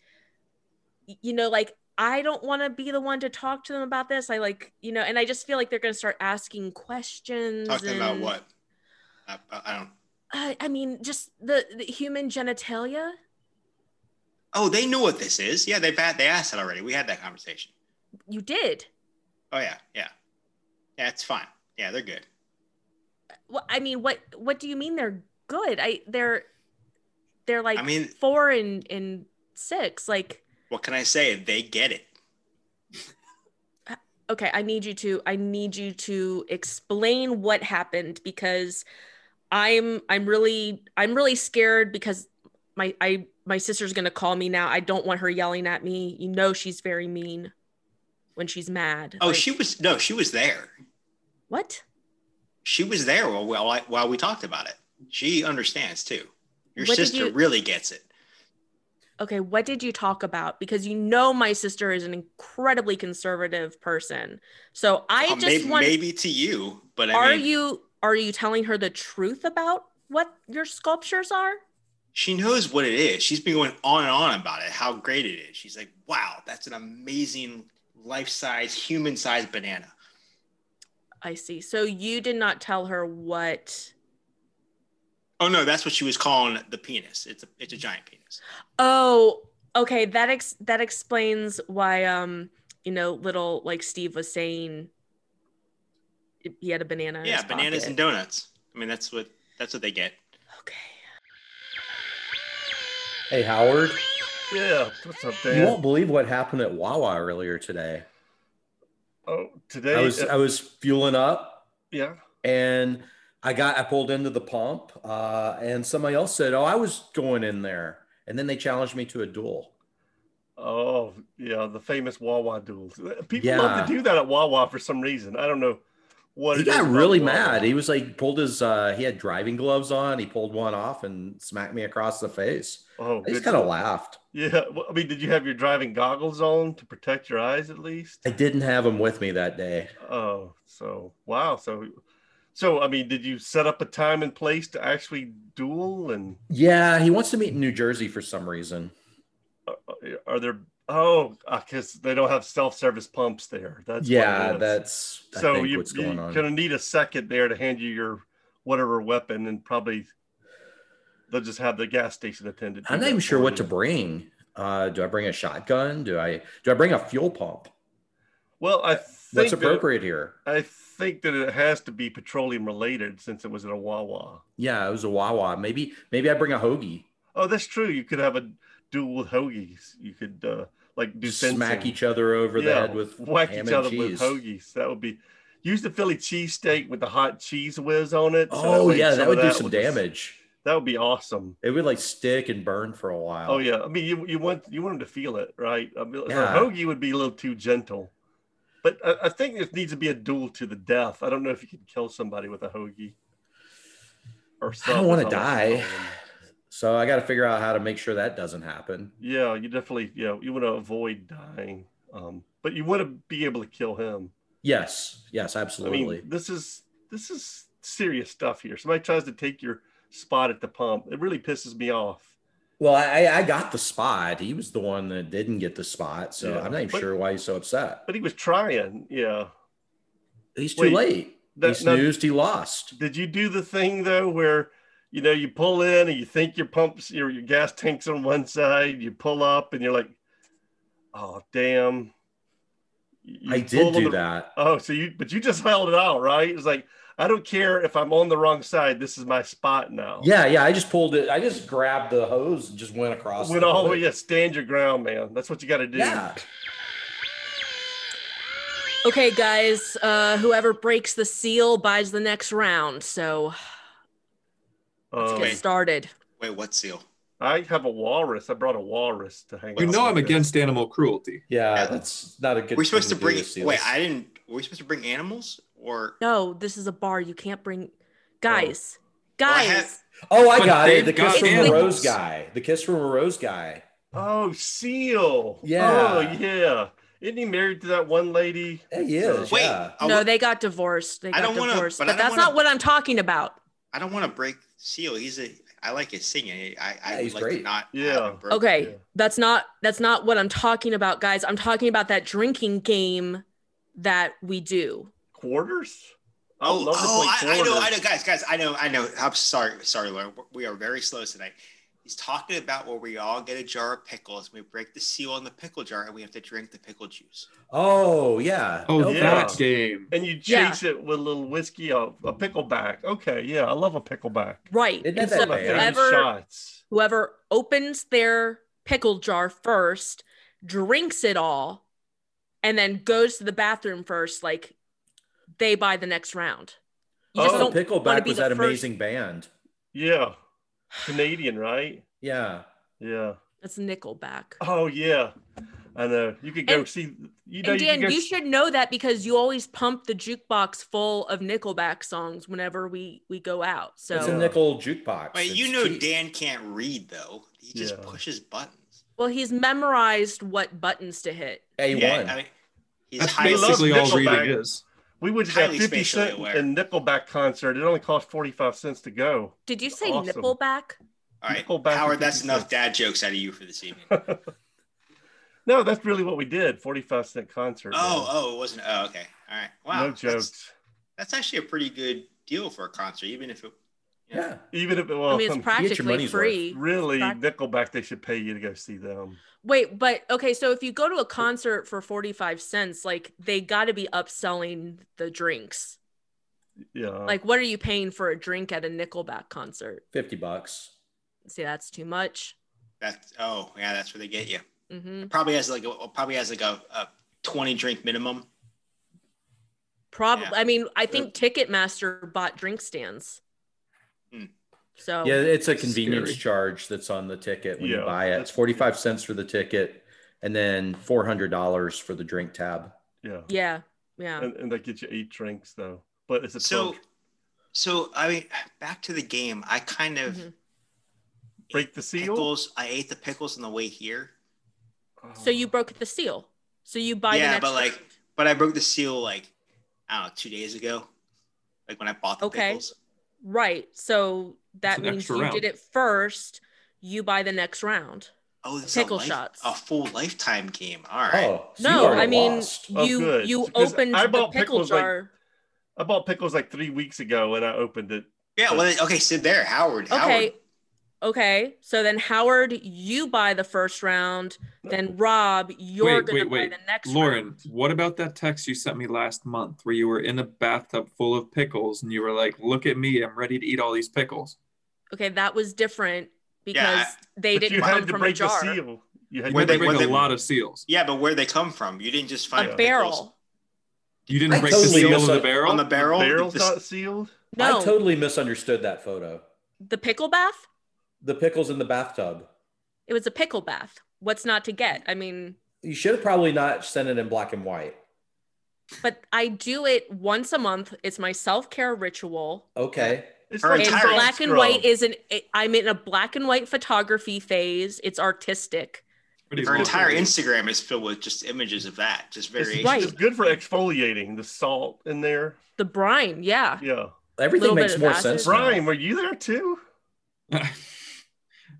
Speaker 4: y- you know, like, I don't want to be the one to talk to them about this. I like, you know, and I just feel like they're going to start asking questions.
Speaker 6: Talking about
Speaker 4: and-
Speaker 6: what? I, I I don't.
Speaker 4: I, I mean, just the, the human genitalia.
Speaker 6: Oh, they know what this is. Yeah, they've had, they asked it already. We had that conversation.
Speaker 4: You did.
Speaker 6: Oh yeah, yeah, yeah. It's fine. Yeah, they're good.
Speaker 4: well, I mean, what what do you mean they're good? I they're they're like
Speaker 6: I mean-
Speaker 4: four and and six. Like
Speaker 6: What can I say? They get it.
Speaker 4: okay, I need you to I need you to explain what happened because I'm I'm really I'm really scared because my I my sister's gonna call me now. I don't want her yelling at me. You know she's very mean when she's mad.
Speaker 6: Oh,
Speaker 4: Like,
Speaker 6: she was no, she was there.
Speaker 4: what?
Speaker 6: She was there while while, I, while we talked about it. She understands too. Your
Speaker 4: What did
Speaker 6: sister
Speaker 4: you-
Speaker 6: really gets it.
Speaker 4: Okay, what did you talk about? Because you know my sister is an incredibly conservative person. So I
Speaker 6: Uh,
Speaker 4: just
Speaker 6: maybe,
Speaker 4: want
Speaker 6: maybe to you, but I
Speaker 4: are
Speaker 6: mean,
Speaker 4: you are you telling her the truth about what your sculptures are
Speaker 6: she knows what it is. She's been going on and on about it, how great it is. She's like, wow, that's an amazing life size, human sized banana.
Speaker 4: i see so you did not tell her what
Speaker 6: Oh no, that's what she was calling the penis. It's a it's a giant penis.
Speaker 4: oh okay that ex that explains why um you know little like steve was saying he had a banana in
Speaker 6: yeah,
Speaker 4: his
Speaker 6: bananas
Speaker 4: pocket.
Speaker 6: and donuts. I mean, that's what that's what they get.
Speaker 4: okay
Speaker 3: Hey Howard,
Speaker 2: Yeah, what's up,
Speaker 3: you
Speaker 2: Dan?
Speaker 3: won't believe what happened at Wawa earlier today.
Speaker 2: Oh, today.
Speaker 3: I was
Speaker 2: uh,
Speaker 3: I was fueling up
Speaker 2: yeah.
Speaker 3: and I got I pulled into the pump uh, and somebody else said, "Oh, I was going in there," and then they challenged me to a duel.
Speaker 2: Oh, yeah, the famous Wawa duels. Uh, People love to
Speaker 3: Yeah.
Speaker 2: do that at Wawa for some reason. I don't know what
Speaker 3: he
Speaker 2: it is
Speaker 3: got
Speaker 2: about
Speaker 3: really
Speaker 2: Wawa.
Speaker 3: mad. He was like pulled his uh, he had driving gloves on. He pulled one off and smacked me across the face.
Speaker 2: Oh,
Speaker 3: I just
Speaker 2: good.
Speaker 3: kind of laughed.
Speaker 2: yeah. Well, I mean, did you have your driving goggles on to protect your eyes at least?
Speaker 3: I didn't have him with me that day.
Speaker 2: Oh, so wow. So, so I mean, did you set up a time and place to actually duel? And
Speaker 3: Yeah, he wants to meet in New Jersey for some reason.
Speaker 2: uh, are there? Oh, because they don't have self-service pumps there. That's what it
Speaker 3: yeah,
Speaker 2: is.
Speaker 3: that's I
Speaker 2: so
Speaker 3: think
Speaker 2: you,
Speaker 3: what's going
Speaker 2: you're
Speaker 3: on.
Speaker 2: gonna need a second there to hand you your whatever weapon and probably they'll just have the gas station attendant do
Speaker 3: I'm not
Speaker 2: that
Speaker 3: even sure
Speaker 2: for
Speaker 3: what to
Speaker 2: you.
Speaker 3: bring. Uh, do I bring a shotgun? Do I do I bring a fuel pump?
Speaker 2: well i
Speaker 3: What's
Speaker 2: think that-
Speaker 3: appropriate here?
Speaker 2: I think that it has to be petroleum related since it was at a Wawa.
Speaker 3: Yeah, it was a Wawa. Maybe maybe I bring a hoagie.
Speaker 2: Oh, that's true. You could have a duel with hoagies. You could uh, like do
Speaker 3: Just smack
Speaker 2: fencing.
Speaker 3: each other over the
Speaker 2: Yeah,
Speaker 3: head with
Speaker 2: whack
Speaker 3: ham
Speaker 2: each other
Speaker 3: and
Speaker 2: with
Speaker 3: cheese.
Speaker 2: hoagies. That would be use the Philly cheesesteak with the hot cheese whiz on it. so
Speaker 3: Oh
Speaker 2: way
Speaker 3: yeah,
Speaker 2: some
Speaker 3: that
Speaker 2: of
Speaker 3: would do some
Speaker 2: just-
Speaker 3: damage.
Speaker 2: that would be awesome.
Speaker 3: It would like stick and burn for a while.
Speaker 2: Oh yeah, I mean you, you want you want them to feel it, right? I mean,
Speaker 3: Yeah.
Speaker 2: A hoagie would be a little too gentle, but I, I think it needs to be a duel to the death. I don't know if you can kill somebody with a hoagie. Or
Speaker 3: I
Speaker 2: something.
Speaker 3: don't want to die. So I got to figure out how to make sure that doesn't happen.
Speaker 2: Yeah, you definitely yeah you want to avoid dying, um, but you want to be able to kill him.
Speaker 3: Yes, yes,
Speaker 2: I
Speaker 3: absolutely.
Speaker 2: mean, this is this is serious stuff here. Somebody tries to take your spot at the pump. It really pisses me off.
Speaker 3: well, I, I got the spot. He was the one that didn't get the spot, so
Speaker 2: Yeah,
Speaker 3: I'm not even
Speaker 2: but-
Speaker 3: sure why he's so upset.
Speaker 2: But he was trying. Yeah.
Speaker 3: He's too
Speaker 2: wait,
Speaker 3: late. he
Speaker 2: That, now,
Speaker 3: snoozed. he lost.
Speaker 2: did you do the thing though where you know you pull in and you think your pumps your your gas tanks on one side, you pull up and you're like, oh damn. You
Speaker 3: I
Speaker 2: pull
Speaker 3: did
Speaker 2: on
Speaker 3: do
Speaker 2: the-
Speaker 3: that.
Speaker 2: Oh, so you but you just held it out, right? It's like I don't care if I'm on the wrong side. This is my spot now.
Speaker 3: Yeah, yeah. I just pulled it. I just grabbed the hose and just went across.
Speaker 2: Went
Speaker 3: the
Speaker 2: all the
Speaker 3: hood.
Speaker 2: way. Yeah, stand your ground, man. That's what you got to do.
Speaker 3: Yeah.
Speaker 4: Okay, guys, uh, whoever breaks the seal buys the next round. So let's
Speaker 2: Um,
Speaker 4: get started.
Speaker 6: Wait, what seal?
Speaker 2: I have a walrus. I brought a walrus to hang.
Speaker 7: You
Speaker 2: out
Speaker 7: know I'm
Speaker 2: with.
Speaker 7: against animal cruelty.
Speaker 3: Yeah,
Speaker 6: Yeah.
Speaker 3: that's not a good.
Speaker 6: We're supposed to
Speaker 3: thing
Speaker 6: bring.
Speaker 3: do seals.
Speaker 6: Wait, I didn't. Were we supposed to bring animals or?
Speaker 4: No, this is a bar. You can't bring. Guys,
Speaker 6: Well, Oh. I
Speaker 4: guys.
Speaker 6: had-
Speaker 3: Oh, I
Speaker 7: But
Speaker 3: got it.
Speaker 7: they've
Speaker 3: The kiss
Speaker 7: got
Speaker 3: from a
Speaker 4: animals.
Speaker 3: rose guy. The kiss from a rose guy.
Speaker 2: Oh, seal.
Speaker 3: Yeah.
Speaker 2: Oh, yeah. Isn't he married to that one lady?
Speaker 3: Yeah, he is.
Speaker 6: Wait,
Speaker 3: yeah.
Speaker 6: I,
Speaker 4: no,
Speaker 6: wa-
Speaker 4: they got divorced. They
Speaker 6: I
Speaker 4: got
Speaker 6: don't wanna-
Speaker 4: divorced.
Speaker 6: but I
Speaker 4: but
Speaker 6: don't
Speaker 4: that's
Speaker 6: wanna-
Speaker 4: not what I'm talking about.
Speaker 6: I don't want to break seal. He's a. I like his singing. I, I
Speaker 3: Yeah,
Speaker 6: would
Speaker 3: he's
Speaker 6: like
Speaker 3: great.
Speaker 6: To not. have
Speaker 2: Yeah.
Speaker 6: him break-
Speaker 4: Okay,
Speaker 2: Yeah.
Speaker 4: that's not that's not what I'm talking about, guys. I'm talking about that drinking game that we do.
Speaker 2: Quarters? I would
Speaker 6: Oh,
Speaker 2: love to
Speaker 6: oh,
Speaker 2: play
Speaker 6: I, I know, I
Speaker 2: quarters.
Speaker 6: know, guys, guys, I know, I know. I'm sorry, sorry, Lauren. We are very slow tonight. He's talking about where we all get a jar of pickles. We break the seal on the pickle jar, and we have to drink the pickle juice.
Speaker 3: Oh yeah.
Speaker 7: Oh,
Speaker 3: Okay.
Speaker 7: that game.
Speaker 2: And you
Speaker 4: Yeah.
Speaker 2: chase it with a little whiskey, a, a pickleback. Okay, yeah, I love a pickleback.
Speaker 4: Right.
Speaker 3: Isn't
Speaker 4: And
Speaker 3: that
Speaker 4: so
Speaker 2: One of my favorite
Speaker 3: bad?
Speaker 4: whoever
Speaker 2: shots.
Speaker 4: whoever opens their pickle jar first drinks it all and then goes to the bathroom first like they buy the next round you just
Speaker 2: Oh,
Speaker 3: Oh,
Speaker 4: don't wanna
Speaker 3: Pickleback
Speaker 4: be
Speaker 3: was
Speaker 4: the
Speaker 3: that
Speaker 4: first-
Speaker 3: amazing band.
Speaker 2: Yeah. Canadian, right?
Speaker 3: Yeah.
Speaker 2: Yeah.
Speaker 4: that's nickelback
Speaker 2: Oh, yeah. I know. You could go
Speaker 4: And-
Speaker 2: see. You know,
Speaker 4: and
Speaker 2: you could
Speaker 4: dan
Speaker 2: go
Speaker 4: you
Speaker 2: s-
Speaker 4: should know that because you always pump the jukebox full of nickelback songs whenever we we go out
Speaker 3: It's
Speaker 4: so
Speaker 3: a nickel jukebox.
Speaker 6: But
Speaker 3: It's
Speaker 6: you know,
Speaker 3: cheap.
Speaker 6: Dan can't read though. He just
Speaker 2: Yeah.
Speaker 6: pushes buttons.
Speaker 4: well he's memorized what buttons to hit
Speaker 3: A1.
Speaker 6: I mean, he's
Speaker 7: That's
Speaker 2: They
Speaker 6: highly.
Speaker 2: love
Speaker 7: basically all
Speaker 2: Nickelback.
Speaker 7: reading is.
Speaker 2: We went to that
Speaker 6: Highly
Speaker 2: 50
Speaker 6: spatially
Speaker 2: Cent
Speaker 6: aware.
Speaker 2: and Nickelback concert. It only cost 45 cents to go.
Speaker 4: did you say
Speaker 2: Awesome.
Speaker 4: nippleback
Speaker 6: all right,
Speaker 2: Nickelback
Speaker 6: Howard,
Speaker 2: and
Speaker 6: that's
Speaker 2: 50
Speaker 6: enough
Speaker 2: Cent.
Speaker 6: dad jokes out of you for this evening. Oh,
Speaker 2: No, that's really what we did 45 cent concert.
Speaker 6: Oh, oh, it wasn't. Oh, okay. All right. Wow.
Speaker 2: no
Speaker 6: That's,
Speaker 2: jokes.
Speaker 6: that's actually a pretty good deal for a concert, even if it.
Speaker 3: yeah.
Speaker 2: Even if it
Speaker 4: i
Speaker 2: well, hmm,
Speaker 4: mean it's practically
Speaker 3: money's worth.
Speaker 4: free
Speaker 2: really
Speaker 4: prac-
Speaker 2: Nickelback, they should pay you to go see them.
Speaker 4: Wait, but okay, so if you go to a concert for 45 cents, like they got to be upselling the drinks.
Speaker 2: Yeah,
Speaker 4: Like, what are you paying for a drink at a Nickelback concert?
Speaker 3: 50 bucks.
Speaker 4: See, that's too much.
Speaker 6: That's oh yeah, that's where they get you.
Speaker 4: hmm
Speaker 6: Probably has like a, probably has like a, a twenty drink minimum.
Speaker 4: Probably.
Speaker 6: Yeah.
Speaker 4: I mean, I think Ticketmaster bought drink stands.
Speaker 6: Hmm.
Speaker 4: So,
Speaker 3: Yeah, it's a convenience
Speaker 7: Scary.
Speaker 3: charge that's on the ticket when you
Speaker 2: Yeah.
Speaker 3: buy it. It's 45 cents for the ticket and then $400 for the drink tab.
Speaker 2: yeah,
Speaker 4: yeah, yeah.
Speaker 2: and, and they get you eight drinks though. But it's a
Speaker 6: So,
Speaker 2: perk.
Speaker 6: so I mean, back to the game. I kind of
Speaker 7: Mm-hmm.
Speaker 4: Mhm.
Speaker 2: break the seal. Oh.
Speaker 6: pickles. I ate the pickles on the way here.
Speaker 4: So you broke the seal. So you buy the
Speaker 6: yeah,
Speaker 4: next.
Speaker 6: but like, but I broke the seal like I don't know two days ago, like when I bought the
Speaker 4: Okay.
Speaker 6: pickles.
Speaker 4: right. So that
Speaker 7: an
Speaker 4: means
Speaker 7: extra
Speaker 4: you
Speaker 7: round.
Speaker 4: did it first. You buy the next round.
Speaker 6: Oh, this
Speaker 4: Pickle
Speaker 6: is a, life-
Speaker 4: shots.
Speaker 6: a full lifetime game. All right.
Speaker 3: Oh, so you
Speaker 4: No,
Speaker 3: already
Speaker 4: I mean
Speaker 3: lost.
Speaker 2: Oh,
Speaker 4: you
Speaker 2: good.
Speaker 4: you
Speaker 2: Because
Speaker 4: opened
Speaker 2: I
Speaker 4: the
Speaker 2: bought
Speaker 4: pickle
Speaker 2: pickles, like-
Speaker 4: jar.
Speaker 2: I bought pickles like three weeks ago and I opened it.
Speaker 6: Yeah. Well, okay. So there, Howard.
Speaker 4: okay
Speaker 6: Howard,
Speaker 4: okay, so then Howard, you buy the first round. Then Rob, you're
Speaker 7: Wait,
Speaker 4: gonna
Speaker 7: wait, wait.
Speaker 4: buy the next
Speaker 7: Lauren,
Speaker 4: round.
Speaker 7: what about that text you sent me last month where you were in a bathtub full of pickles and you were like, look at me, I'm ready to eat all these pickles?
Speaker 4: Okay, that was different because
Speaker 6: Yeah,
Speaker 4: they
Speaker 2: But
Speaker 4: didn't
Speaker 2: you
Speaker 4: come
Speaker 2: had to
Speaker 4: from a
Speaker 2: break the
Speaker 4: jar.
Speaker 2: seal. You had
Speaker 7: Where
Speaker 2: to
Speaker 7: they
Speaker 6: they-
Speaker 7: bring
Speaker 6: when
Speaker 7: a
Speaker 6: they-
Speaker 7: lot of seals.
Speaker 6: Yeah, but where they come from? You didn't just find
Speaker 4: A
Speaker 6: pickles
Speaker 4: barrel.
Speaker 7: You didn't
Speaker 3: I
Speaker 7: break
Speaker 3: totally
Speaker 7: the seal of the
Speaker 3: misunderstood-
Speaker 7: barrel?
Speaker 6: on the
Speaker 2: the
Speaker 6: barrel.
Speaker 2: barrel's
Speaker 6: The-
Speaker 2: not sealed.
Speaker 4: No,
Speaker 3: I totally misunderstood that photo.
Speaker 4: the pickle bath.
Speaker 3: The pickles in the bathtub.
Speaker 4: It was a pickle bath. What's not to get? I mean,
Speaker 3: You should have probably not sent it in black and white.
Speaker 4: but I do it once a month. It's my self care ritual.
Speaker 3: Okay.
Speaker 2: It's
Speaker 6: Her
Speaker 2: like
Speaker 4: And
Speaker 6: entire
Speaker 2: salt
Speaker 4: black and
Speaker 2: scrub.
Speaker 4: white is an. it- I'm in a black and white photography phase. It's artistic.
Speaker 7: Pretty
Speaker 6: her
Speaker 7: cool.
Speaker 6: entire
Speaker 7: *laughs*
Speaker 6: Instagram is filled with just images of that, just
Speaker 2: It's,
Speaker 6: variations.
Speaker 4: Right.
Speaker 2: it's good for exfoliating the salt in there.
Speaker 4: The brine, yeah.
Speaker 2: Yeah.
Speaker 3: Everything
Speaker 4: Little bit
Speaker 3: makes
Speaker 4: of
Speaker 3: more
Speaker 4: acid.
Speaker 3: sense. now.
Speaker 2: Brian, were you there too?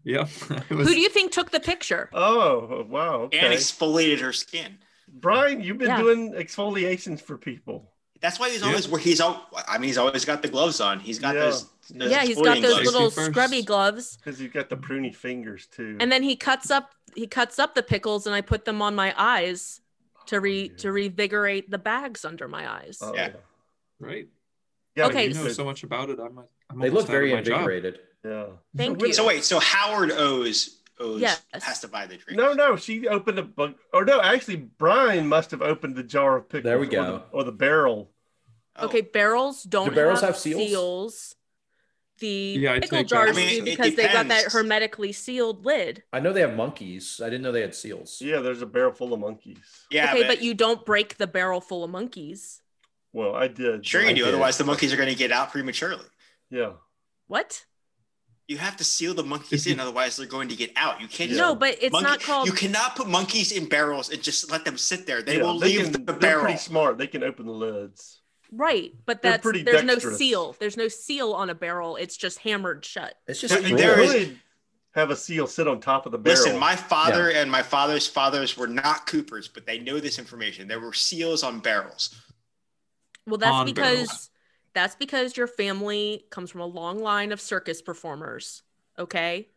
Speaker 7: yep. *laughs* It was-
Speaker 4: Who do you think took the picture?
Speaker 2: Oh wow. Okay.
Speaker 6: And exfoliated her skin.
Speaker 2: Brian, you've been
Speaker 4: Yeah.
Speaker 2: doing exfoliations for people.
Speaker 6: That's why he's
Speaker 7: Yeah.
Speaker 6: always where he's all. I mean, he's always got the gloves on. He's got
Speaker 2: Yeah.
Speaker 6: those, those.
Speaker 4: yeah, he's got
Speaker 6: exfoliating
Speaker 4: those
Speaker 6: gloves.
Speaker 4: little
Speaker 7: Safety first.
Speaker 4: scrubby gloves,
Speaker 2: Because you've got the pruny fingers too.
Speaker 4: Mm-hmm. and then he cuts up. He cuts up the pickles, and I put them on my eyes to re to revigorate the bags under my eyes.
Speaker 2: Oh,
Speaker 6: Yeah.
Speaker 7: Right.
Speaker 2: Yeah,
Speaker 4: Okay,
Speaker 2: you
Speaker 7: You know
Speaker 2: said-
Speaker 7: so much about it. I'm, I'm
Speaker 3: They
Speaker 7: almost
Speaker 3: look
Speaker 7: out of
Speaker 3: very
Speaker 7: my job.
Speaker 3: invigorated.
Speaker 2: yeah.
Speaker 4: Thank
Speaker 2: So
Speaker 4: you.
Speaker 6: So wait, so Howard owes owes
Speaker 4: Yes.
Speaker 6: has to buy the drink.
Speaker 2: No, no, she opened a bug. Or no, actually, Brian must have opened the jar of pickles.
Speaker 3: There we
Speaker 2: Or the,
Speaker 3: go.
Speaker 2: or the barrel.
Speaker 6: Oh.
Speaker 4: Okay, barrels don't
Speaker 3: Do barrels
Speaker 4: have,
Speaker 3: have seals?
Speaker 4: seals. The
Speaker 7: Yeah, I
Speaker 4: pickle
Speaker 7: take
Speaker 4: jars
Speaker 7: that. I
Speaker 6: mean,
Speaker 4: do
Speaker 6: it
Speaker 4: because they got that
Speaker 6: depends.
Speaker 4: hermetically sealed lid.
Speaker 3: I know they have monkeys. I didn't know they had seals.
Speaker 2: Yeah, there's a barrel full of monkeys.
Speaker 6: Yeah,
Speaker 4: okay, but, you don't break the barrel full of monkeys.
Speaker 2: Well, I did.
Speaker 6: sure you
Speaker 3: I
Speaker 6: do.
Speaker 3: did.
Speaker 6: Otherwise, the monkeys are going to get out prematurely.
Speaker 2: Yeah.
Speaker 4: What?
Speaker 6: You have to seal the monkeys
Speaker 7: If you-
Speaker 6: in, otherwise they're going to get out. You can't. just
Speaker 4: No, but it's
Speaker 6: monkey-
Speaker 4: not called.
Speaker 6: You cannot put monkeys in barrels and just let them sit there. They
Speaker 2: yeah,
Speaker 6: will leave
Speaker 2: can-
Speaker 6: the
Speaker 2: they're
Speaker 6: barrel.
Speaker 2: pretty smart. They can open the lids.
Speaker 4: Right, but
Speaker 2: They're
Speaker 4: that's
Speaker 2: pretty
Speaker 4: there's no
Speaker 2: dexterous.
Speaker 4: seal. There's no seal on a barrel. It's just hammered shut.
Speaker 3: It's just
Speaker 2: There,
Speaker 6: Yeah,
Speaker 3: cool.
Speaker 6: there is-
Speaker 2: could have a seal sit on top of the barrel.
Speaker 6: Listen, my father and my father's fathers were not Coopers, but they know this information. There were seals on barrels.
Speaker 4: Well, that's
Speaker 7: On
Speaker 4: because
Speaker 7: barrels.
Speaker 4: that's because your family comes from a long line of circus performers. Okay,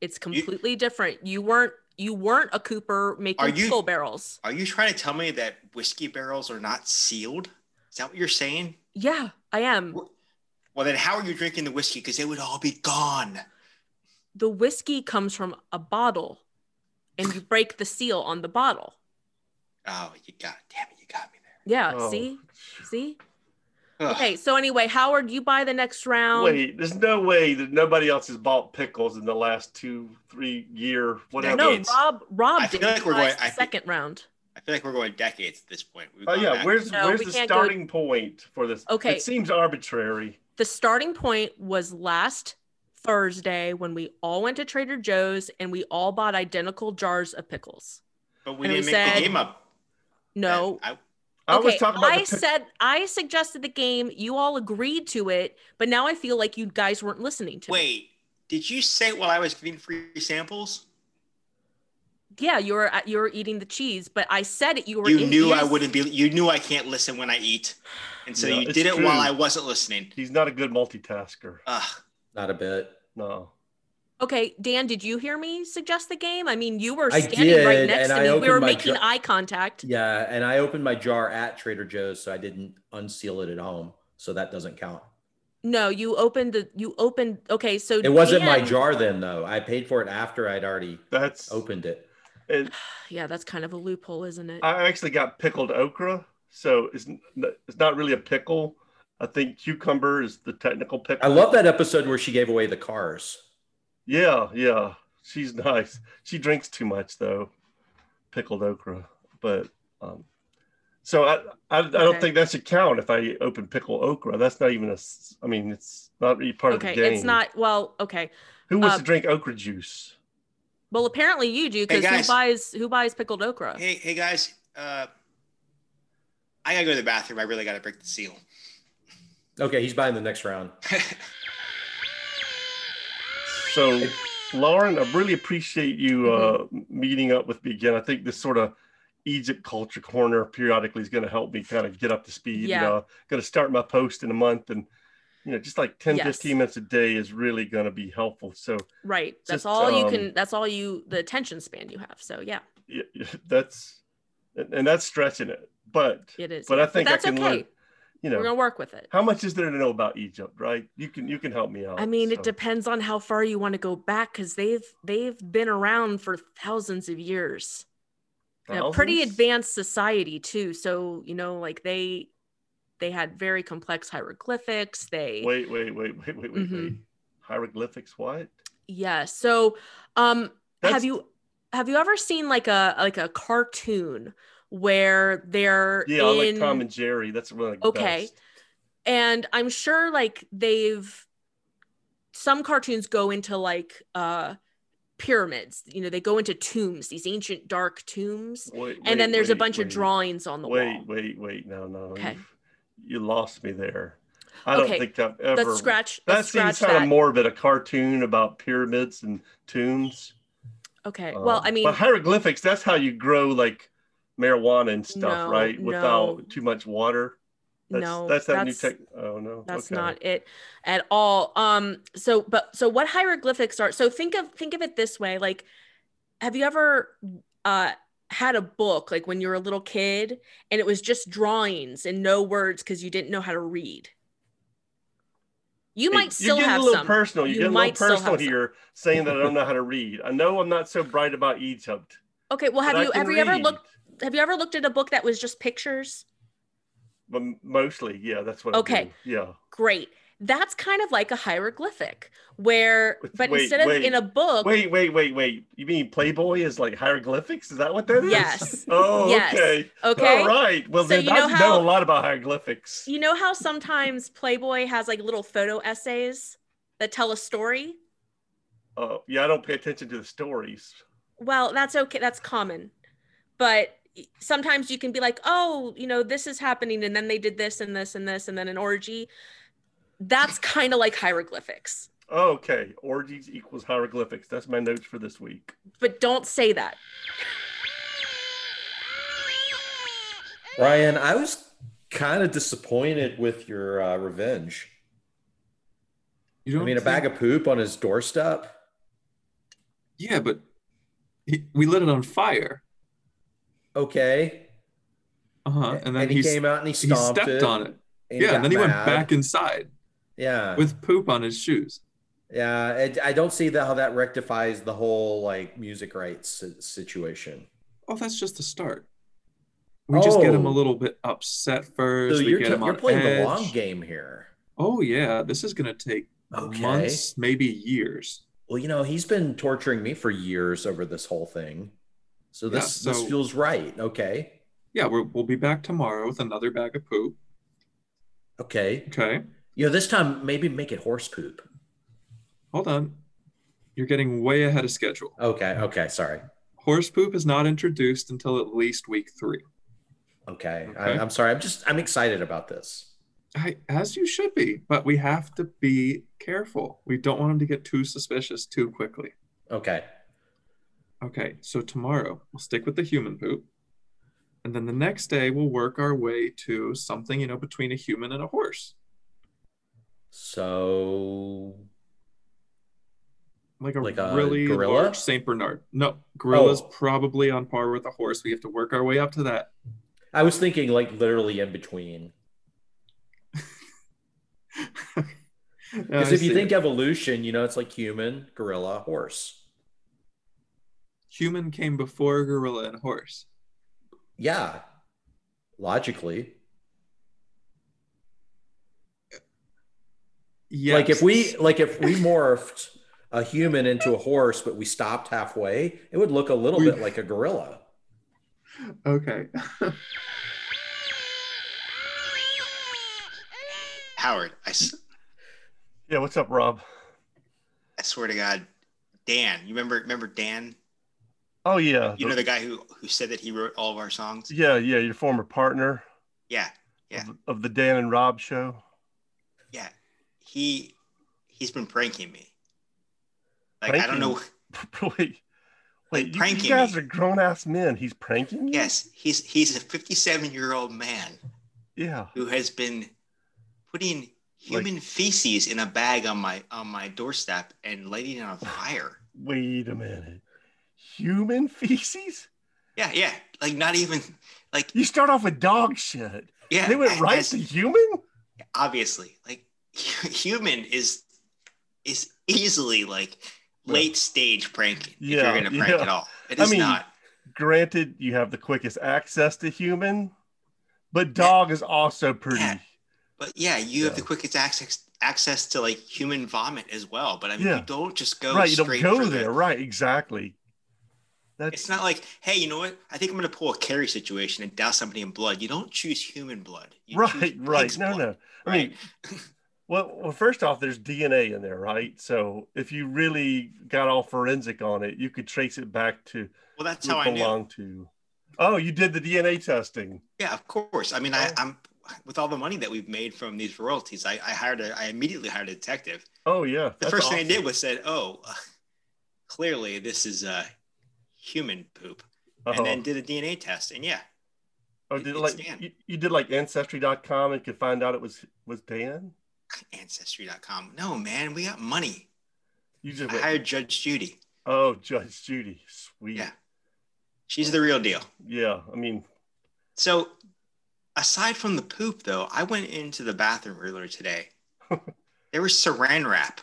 Speaker 4: it's completely different. You weren't you weren't a Cooper
Speaker 6: Are
Speaker 4: making
Speaker 6: you-
Speaker 4: pickle barrels.
Speaker 6: Are you trying to tell me that whiskey barrels are not sealed? Is that what you're saying?
Speaker 4: Yeah, I am.
Speaker 6: Well, then how are you drinking the whiskey? Because they would all be gone.
Speaker 4: The whiskey comes from a bottle, and you break the seal on the bottle.
Speaker 6: Oh, you got damn it, you got me
Speaker 4: Yeah,
Speaker 2: Oh.
Speaker 4: see, see.
Speaker 6: there. Ugh.
Speaker 4: Okay, so anyway, Howard, you buy the next round.
Speaker 2: Wait, there's no way that nobody else has bought pickles in the last two, three year, whatever.
Speaker 4: no,
Speaker 6: it's-
Speaker 4: Rob.
Speaker 6: I
Speaker 4: Rob
Speaker 6: feel
Speaker 4: did
Speaker 6: like we're
Speaker 4: buy
Speaker 6: going- I-
Speaker 4: second round.
Speaker 6: I feel like we're going decades at this point. We've
Speaker 2: Oh
Speaker 6: gone
Speaker 2: yeah,
Speaker 6: back.
Speaker 2: where's
Speaker 4: No,
Speaker 2: where's
Speaker 4: we
Speaker 2: the
Speaker 4: can't go-
Speaker 2: starting point for this?
Speaker 4: Okay.
Speaker 2: it seems arbitrary.
Speaker 4: the starting point was last Thursday when we all went to Trader Joe's and we all bought identical jars of pickles.
Speaker 6: but we
Speaker 4: and we
Speaker 6: didn't make
Speaker 4: said-
Speaker 6: the game up.
Speaker 4: No.
Speaker 6: I,
Speaker 2: I was
Speaker 4: okay,
Speaker 2: talking about
Speaker 4: I
Speaker 2: the pick-
Speaker 4: said I suggested the game. You all agreed to it, but now I feel like you guys weren't listening to me.
Speaker 6: wait, did you say it while I was giving free samples?
Speaker 4: Yeah, you were uh, you were eating the cheese, but I said it. You were.
Speaker 6: you
Speaker 4: in-
Speaker 6: knew I
Speaker 4: here's-
Speaker 6: wouldn't be. You knew I can't listen when I eat, and so
Speaker 2: Yeah,
Speaker 6: you
Speaker 2: it's
Speaker 6: did it
Speaker 2: true.
Speaker 6: while I wasn't listening.
Speaker 2: he's not a good multitasker.
Speaker 6: Ugh.
Speaker 4: Uh,
Speaker 3: Not a bit.
Speaker 2: No.
Speaker 4: Okay, Dan, did you hear me suggest the game? I mean, you were
Speaker 3: I
Speaker 4: standing right
Speaker 3: did,
Speaker 4: next
Speaker 3: and
Speaker 4: to
Speaker 3: I
Speaker 4: me. We
Speaker 3: opened
Speaker 4: were
Speaker 3: my
Speaker 4: making
Speaker 3: jar-
Speaker 4: eye contact.
Speaker 3: Yeah, and I opened my jar at Trader Joe's, so I didn't unseal it at home, so that doesn't count.
Speaker 4: No, you opened the. You opened. Okay, so
Speaker 3: It wasn't my
Speaker 4: Dan-
Speaker 3: jar then, though. I paid for it after I'd already
Speaker 2: That's
Speaker 3: opened it.
Speaker 2: and
Speaker 4: Yeah, that's kind of a loophole, isn't it?
Speaker 2: I actually got pickled okra, so it's n- it's not really a pickle. I think cucumber is the technical pickle.
Speaker 3: I love that episode where she gave away the cars.
Speaker 2: Yeah, yeah. She's *laughs* nice. She drinks too much though. Pickled okra, but um so I I, I don't
Speaker 4: Okay.
Speaker 2: think that should count if I open pickle okra. That's not even a s- I mean it's not really part
Speaker 4: okay
Speaker 2: of the game.
Speaker 4: it's not well okay
Speaker 2: Who wants
Speaker 4: uh,
Speaker 2: to drink okra juice?
Speaker 4: well apparently you do because who
Speaker 6: guys.
Speaker 4: buys who buys pickled okra
Speaker 6: Hey, hey guys. Uh, I gotta go to the bathroom. I really gotta break the seal.
Speaker 3: Okay, he's buying the next round.
Speaker 2: So Lauren, I really appreciate you uh
Speaker 4: Mm-hmm.
Speaker 2: meeting up with me again. I think this sort of Egypt culture corner periodically is going to help me kind of get up to speed.
Speaker 4: Yeah.
Speaker 2: And, uh, going to start my post in a month and you know just like 10
Speaker 4: Yes.
Speaker 2: 15 minutes a day is really going to be helpful so
Speaker 4: Right. That's
Speaker 2: Just,
Speaker 4: all you
Speaker 2: um,
Speaker 4: can. That's all you. The attention span you have. So yeah,
Speaker 2: yeah, that's and, and that's stretching it but
Speaker 4: it is.
Speaker 2: But I think I
Speaker 4: that's
Speaker 2: can
Speaker 4: okay.
Speaker 2: learn, you know
Speaker 4: We're gonna work with it.
Speaker 2: how much is there to know about egypt right you can you can help me out
Speaker 4: I mean,
Speaker 2: so.
Speaker 4: it depends on how far you want to go back because they've they've been around for thousands of years. in a pretty
Speaker 2: Thousands?
Speaker 4: advanced society too so you know like they they had very complex hieroglyphics they
Speaker 2: wait wait wait wait wait wait,
Speaker 4: Mhm.
Speaker 2: wait. hieroglyphics what
Speaker 4: yeah so um have
Speaker 2: That's-
Speaker 4: you have you ever seen like a like a cartoon where they're
Speaker 2: yeah I
Speaker 4: in
Speaker 2: like tom and jerry that's one of the
Speaker 4: Okay.
Speaker 2: best.
Speaker 4: and i'm sure like they've some cartoons go into like uh pyramids you know they go into tombs these ancient dark tombs
Speaker 2: Wait,
Speaker 4: and then
Speaker 2: wait,
Speaker 4: there's a
Speaker 2: wait,
Speaker 4: bunch of
Speaker 2: wait.
Speaker 4: drawings on the
Speaker 2: wait
Speaker 4: wall
Speaker 2: wait wait no no
Speaker 4: Okay.
Speaker 2: you you lost me there i don't
Speaker 4: Okay,
Speaker 2: think i've ever
Speaker 4: let's scratch
Speaker 2: that
Speaker 4: let's
Speaker 2: seems
Speaker 4: scratch
Speaker 2: kind
Speaker 4: that
Speaker 2: of morbid a cartoon about pyramids and tombs
Speaker 4: okay well
Speaker 2: Um,
Speaker 4: i mean
Speaker 2: but hieroglyphics that's how you grow like marijuana and stuff
Speaker 4: No,
Speaker 2: right without
Speaker 4: no.
Speaker 2: too much water that's
Speaker 4: no
Speaker 2: that's that new tech oh no
Speaker 4: that's
Speaker 2: okay.
Speaker 4: not it at all um so but so what hieroglyphics are so think of think of it this way like have you ever uh had a book like when you were a little kid and it was just drawings and no words because you didn't know how to read you
Speaker 2: Hey,
Speaker 4: might still
Speaker 2: you're getting
Speaker 4: have
Speaker 2: a little
Speaker 4: some
Speaker 2: personal. You're
Speaker 4: You
Speaker 2: getting a
Speaker 4: might still
Speaker 2: little
Speaker 4: have
Speaker 2: personal
Speaker 4: some.
Speaker 2: here, saying that I don't know how to read. I know I'm not so bright about Egypt.
Speaker 4: okay well have
Speaker 2: but I
Speaker 4: you
Speaker 2: can
Speaker 4: have you ever
Speaker 2: read.
Speaker 4: looked have you ever looked at a book that was just pictures
Speaker 2: But mostly, yeah, that's what. I
Speaker 4: Okay.
Speaker 2: do. Yeah.
Speaker 4: great that's kind of like a hieroglyphic where but
Speaker 2: Wait,
Speaker 4: instead of
Speaker 2: wait,
Speaker 4: in a book
Speaker 2: Wait, wait, wait, wait. You mean Playboy is like hieroglyphics? Is that what that is?
Speaker 4: Yes.
Speaker 2: *laughs* Oh,
Speaker 4: Yes.
Speaker 2: okay.
Speaker 4: okay
Speaker 2: All right. Well,
Speaker 4: So
Speaker 2: then
Speaker 4: you
Speaker 2: I
Speaker 4: know
Speaker 2: know,
Speaker 4: how-
Speaker 2: a lot about hieroglyphics.
Speaker 4: You know how sometimes Playboy has like little photo essays that tell a story?
Speaker 2: Oh, yeah. I don't pay attention to the stories.
Speaker 4: Well, that's okay. That's common. But sometimes you can be like, oh, you know, this is happening. And then they did this and this and this and then an orgy. That's kind of like hieroglyphics.
Speaker 2: Oh, okay. Orgies equals hieroglyphics. That's my notes for this week.
Speaker 4: But don't say that.
Speaker 3: Ryan, I was kind of disappointed with your uh, revenge.
Speaker 7: You
Speaker 3: I mean, a
Speaker 7: think-
Speaker 3: bag of poop on his doorstep.
Speaker 7: Yeah, but he, we lit it on fire.
Speaker 3: Okay.
Speaker 7: Uh huh. And
Speaker 3: And
Speaker 7: then
Speaker 3: he
Speaker 7: he's-
Speaker 3: came out and he
Speaker 7: he
Speaker 3: stomped
Speaker 7: stepped
Speaker 3: it,
Speaker 7: on it.
Speaker 3: and
Speaker 7: Yeah,
Speaker 3: got
Speaker 7: and then he went
Speaker 3: mad.
Speaker 7: back inside
Speaker 3: Yeah.
Speaker 7: with poop on his shoes.
Speaker 3: yeah. I- I don't see that how that rectifies the whole like music rights si- situation.
Speaker 7: Oh, that's just the start. We just get him a
Speaker 3: Oh.
Speaker 7: little bit upset first.
Speaker 3: so
Speaker 7: we
Speaker 3: you're,
Speaker 7: get
Speaker 3: t-
Speaker 7: him on
Speaker 3: you're playing
Speaker 7: edge.
Speaker 3: the long game here.
Speaker 7: Oh yeah, this is gonna take
Speaker 3: Okay.
Speaker 7: months, maybe years.
Speaker 3: Well, you know, he's been torturing me for years over this whole thing. So this
Speaker 7: Yeah,
Speaker 3: this
Speaker 7: so-
Speaker 3: feels right. Okay.
Speaker 7: Yeah, we're, we'll be back tomorrow with another bag of poop.
Speaker 3: Okay.
Speaker 7: Okay,
Speaker 3: You know, this time maybe make it horse poop.
Speaker 7: hold on. You're getting way ahead of schedule.
Speaker 3: Okay. Okay. Sorry.
Speaker 7: Horse poop is not introduced until at least week three.
Speaker 3: Okay.
Speaker 7: Okay.
Speaker 3: I, I'm sorry. I'm just I'm excited about this.
Speaker 7: I, as you should be, but we have to be careful. We don't want him to get too suspicious too quickly.
Speaker 3: Okay.
Speaker 7: Okay, so tomorrow we'll stick with the human poop. And then the next day we'll work our way to something, you know, between a human and a horse,
Speaker 3: So
Speaker 7: like a
Speaker 3: Like a
Speaker 7: really
Speaker 3: gorilla?
Speaker 7: large Saint Bernard. No, gorilla's
Speaker 3: Oh.
Speaker 7: probably on par with a horse. We have to work our way up to that.
Speaker 3: I was thinking like literally in between. Because
Speaker 7: I
Speaker 3: if you
Speaker 7: see.
Speaker 3: think evolution, you know, it's like human, gorilla, horse.
Speaker 7: human came before gorilla and horse,
Speaker 3: Yeah. Logically.
Speaker 7: yes.
Speaker 3: Like if we like if we morphed a human into a horse, but we stopped halfway, it would look a little
Speaker 7: We-
Speaker 3: bit like a gorilla.
Speaker 7: okay,
Speaker 6: Howard, I, s-
Speaker 2: Yeah. What's up, Rob?
Speaker 6: I swear to God, Dan, you remember remember Dan?
Speaker 2: Oh yeah.
Speaker 6: You know the guy who who said that he wrote all of our songs?
Speaker 2: Yeah, yeah. Your former partner.
Speaker 6: Yeah, Yeah.
Speaker 2: Of, of the Dan and Rob show. *laughs*
Speaker 6: yeah. He he's been pranking me. Like I
Speaker 2: Pranking
Speaker 6: don't know.
Speaker 2: wait, wait, you- you,
Speaker 6: pranking
Speaker 2: guys
Speaker 6: me.
Speaker 2: are grown ass men. He's pranking you?
Speaker 6: Yes, he's he's a 57 year old man
Speaker 2: Yeah.
Speaker 6: who has been putting human feces in a bag on my on my doorstep and lighting it
Speaker 2: *sighs*
Speaker 6: on fire.
Speaker 2: Wait a minute. Human *laughs* feces?
Speaker 6: Yeah, yeah. Like not even like
Speaker 2: You start off with dog shit.
Speaker 6: yeah.
Speaker 2: They went
Speaker 6: as-
Speaker 2: right
Speaker 6: as-
Speaker 2: to human?
Speaker 6: obviously like human is is easily like
Speaker 2: Yeah.
Speaker 6: late stage pranking if
Speaker 2: Yeah,
Speaker 6: you're gonna prank
Speaker 2: yeah.
Speaker 6: at all. It
Speaker 2: I
Speaker 6: is
Speaker 2: mean-
Speaker 6: not.
Speaker 2: Granted, you have the quickest access to human, but dog is also pretty.
Speaker 6: Yeah. But yeah, you have
Speaker 2: Yeah.
Speaker 6: the quickest access access to like human vomit as well. But I mean
Speaker 2: Yeah.
Speaker 6: you don't just go
Speaker 2: right, you
Speaker 6: straight
Speaker 2: don't go
Speaker 6: for the-
Speaker 2: there. Right, exactly. That's
Speaker 6: It's not like, hey, you know what? I think I'm gonna pull a carry situation and douse somebody in blood. You don't choose human blood. You choose
Speaker 2: right, right.
Speaker 6: pig's
Speaker 2: No,
Speaker 6: blood,
Speaker 2: no. I
Speaker 6: right?
Speaker 2: mean, Well, well, first off, there's DNA in there, right? So if you really got all forensic on it, you could trace it back to
Speaker 6: well, that's
Speaker 2: who
Speaker 6: how
Speaker 2: it
Speaker 6: I knew.
Speaker 2: belonged to. Oh, you did the DNA testing.
Speaker 6: Yeah, of course. I mean, I,
Speaker 2: Oh.
Speaker 6: I'm with all the money that we've made from these royalties. I, I hired a, I immediately hired a detective.
Speaker 2: Oh yeah.
Speaker 6: The
Speaker 2: that's
Speaker 6: first thing I
Speaker 2: awesome.
Speaker 6: did was said, "Oh, *laughs* uh, clearly this is uh, human poop,"
Speaker 2: Uh-huh.
Speaker 6: and then did a DNA test. And yeah, *laughs*
Speaker 2: oh, did it
Speaker 6: it's
Speaker 2: like
Speaker 6: Dan.
Speaker 2: you, you did like ancestry.com and could find out it was was Dan.
Speaker 6: ancestry.com. No, man, we got money.
Speaker 2: You just
Speaker 6: I
Speaker 2: went,
Speaker 6: hired Judge Judy.
Speaker 2: *laughs* oh Judge Judy, sweet.
Speaker 6: Yeah. She's the real deal.
Speaker 2: Yeah, I mean,
Speaker 6: So, aside from the poop, though, I went into the bathroom earlier
Speaker 2: *laughs*
Speaker 6: today. there was Saran wrap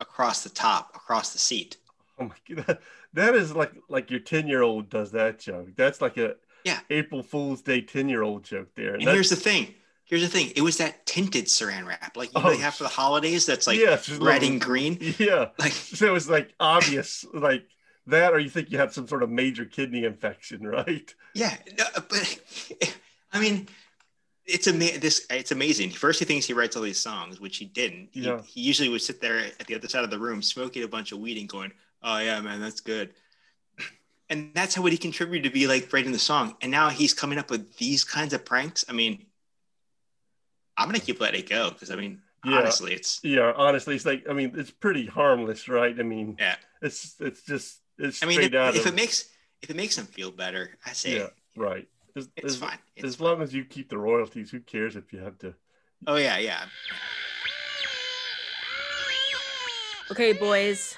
Speaker 6: across the top, across the seat.
Speaker 2: oh my god, *laughs* that is like like your ten year old does that joke. That's like a
Speaker 6: Yeah.
Speaker 2: April Fool's Day ten year old joke there.
Speaker 6: And here's the thing. Here's the thing. It was that tinted Saran wrap, like you
Speaker 2: Oh,
Speaker 6: know they have for the holidays. That's like
Speaker 2: yeah, it's just
Speaker 6: red
Speaker 2: little-
Speaker 6: and green.
Speaker 2: *laughs* yeah.
Speaker 6: Like
Speaker 2: so it's like obvious like that or you think you had some sort of major kidney infection *laughs* right
Speaker 6: Yeah, no, but *laughs* I mean, it's ama- this it's amazing. First, he thinks he writes all these songs, which he didn't. He,
Speaker 2: Yeah.
Speaker 6: he usually would sit there at the other side of the room, smoking a bunch of weed, and going, "Oh yeah, man, that's good." And that's how would he contribute to be like writing the song. And now he's coming up with these kinds of pranks. I mean, I'm gonna keep letting it go because I mean,
Speaker 2: Yeah.
Speaker 6: honestly, it's
Speaker 2: yeah honestly it's like i mean it's pretty harmless right i mean
Speaker 6: Yeah.
Speaker 2: it's it's just it's
Speaker 6: I mean, if,
Speaker 2: straight out
Speaker 6: if
Speaker 2: of
Speaker 6: it makes if it makes him feel better, I say
Speaker 2: yeah right as,
Speaker 6: it's
Speaker 2: as,
Speaker 6: fine. It's,
Speaker 2: as long as you keep the royalties who cares if you have to
Speaker 6: oh yeah, yeah.
Speaker 4: Okay, boys,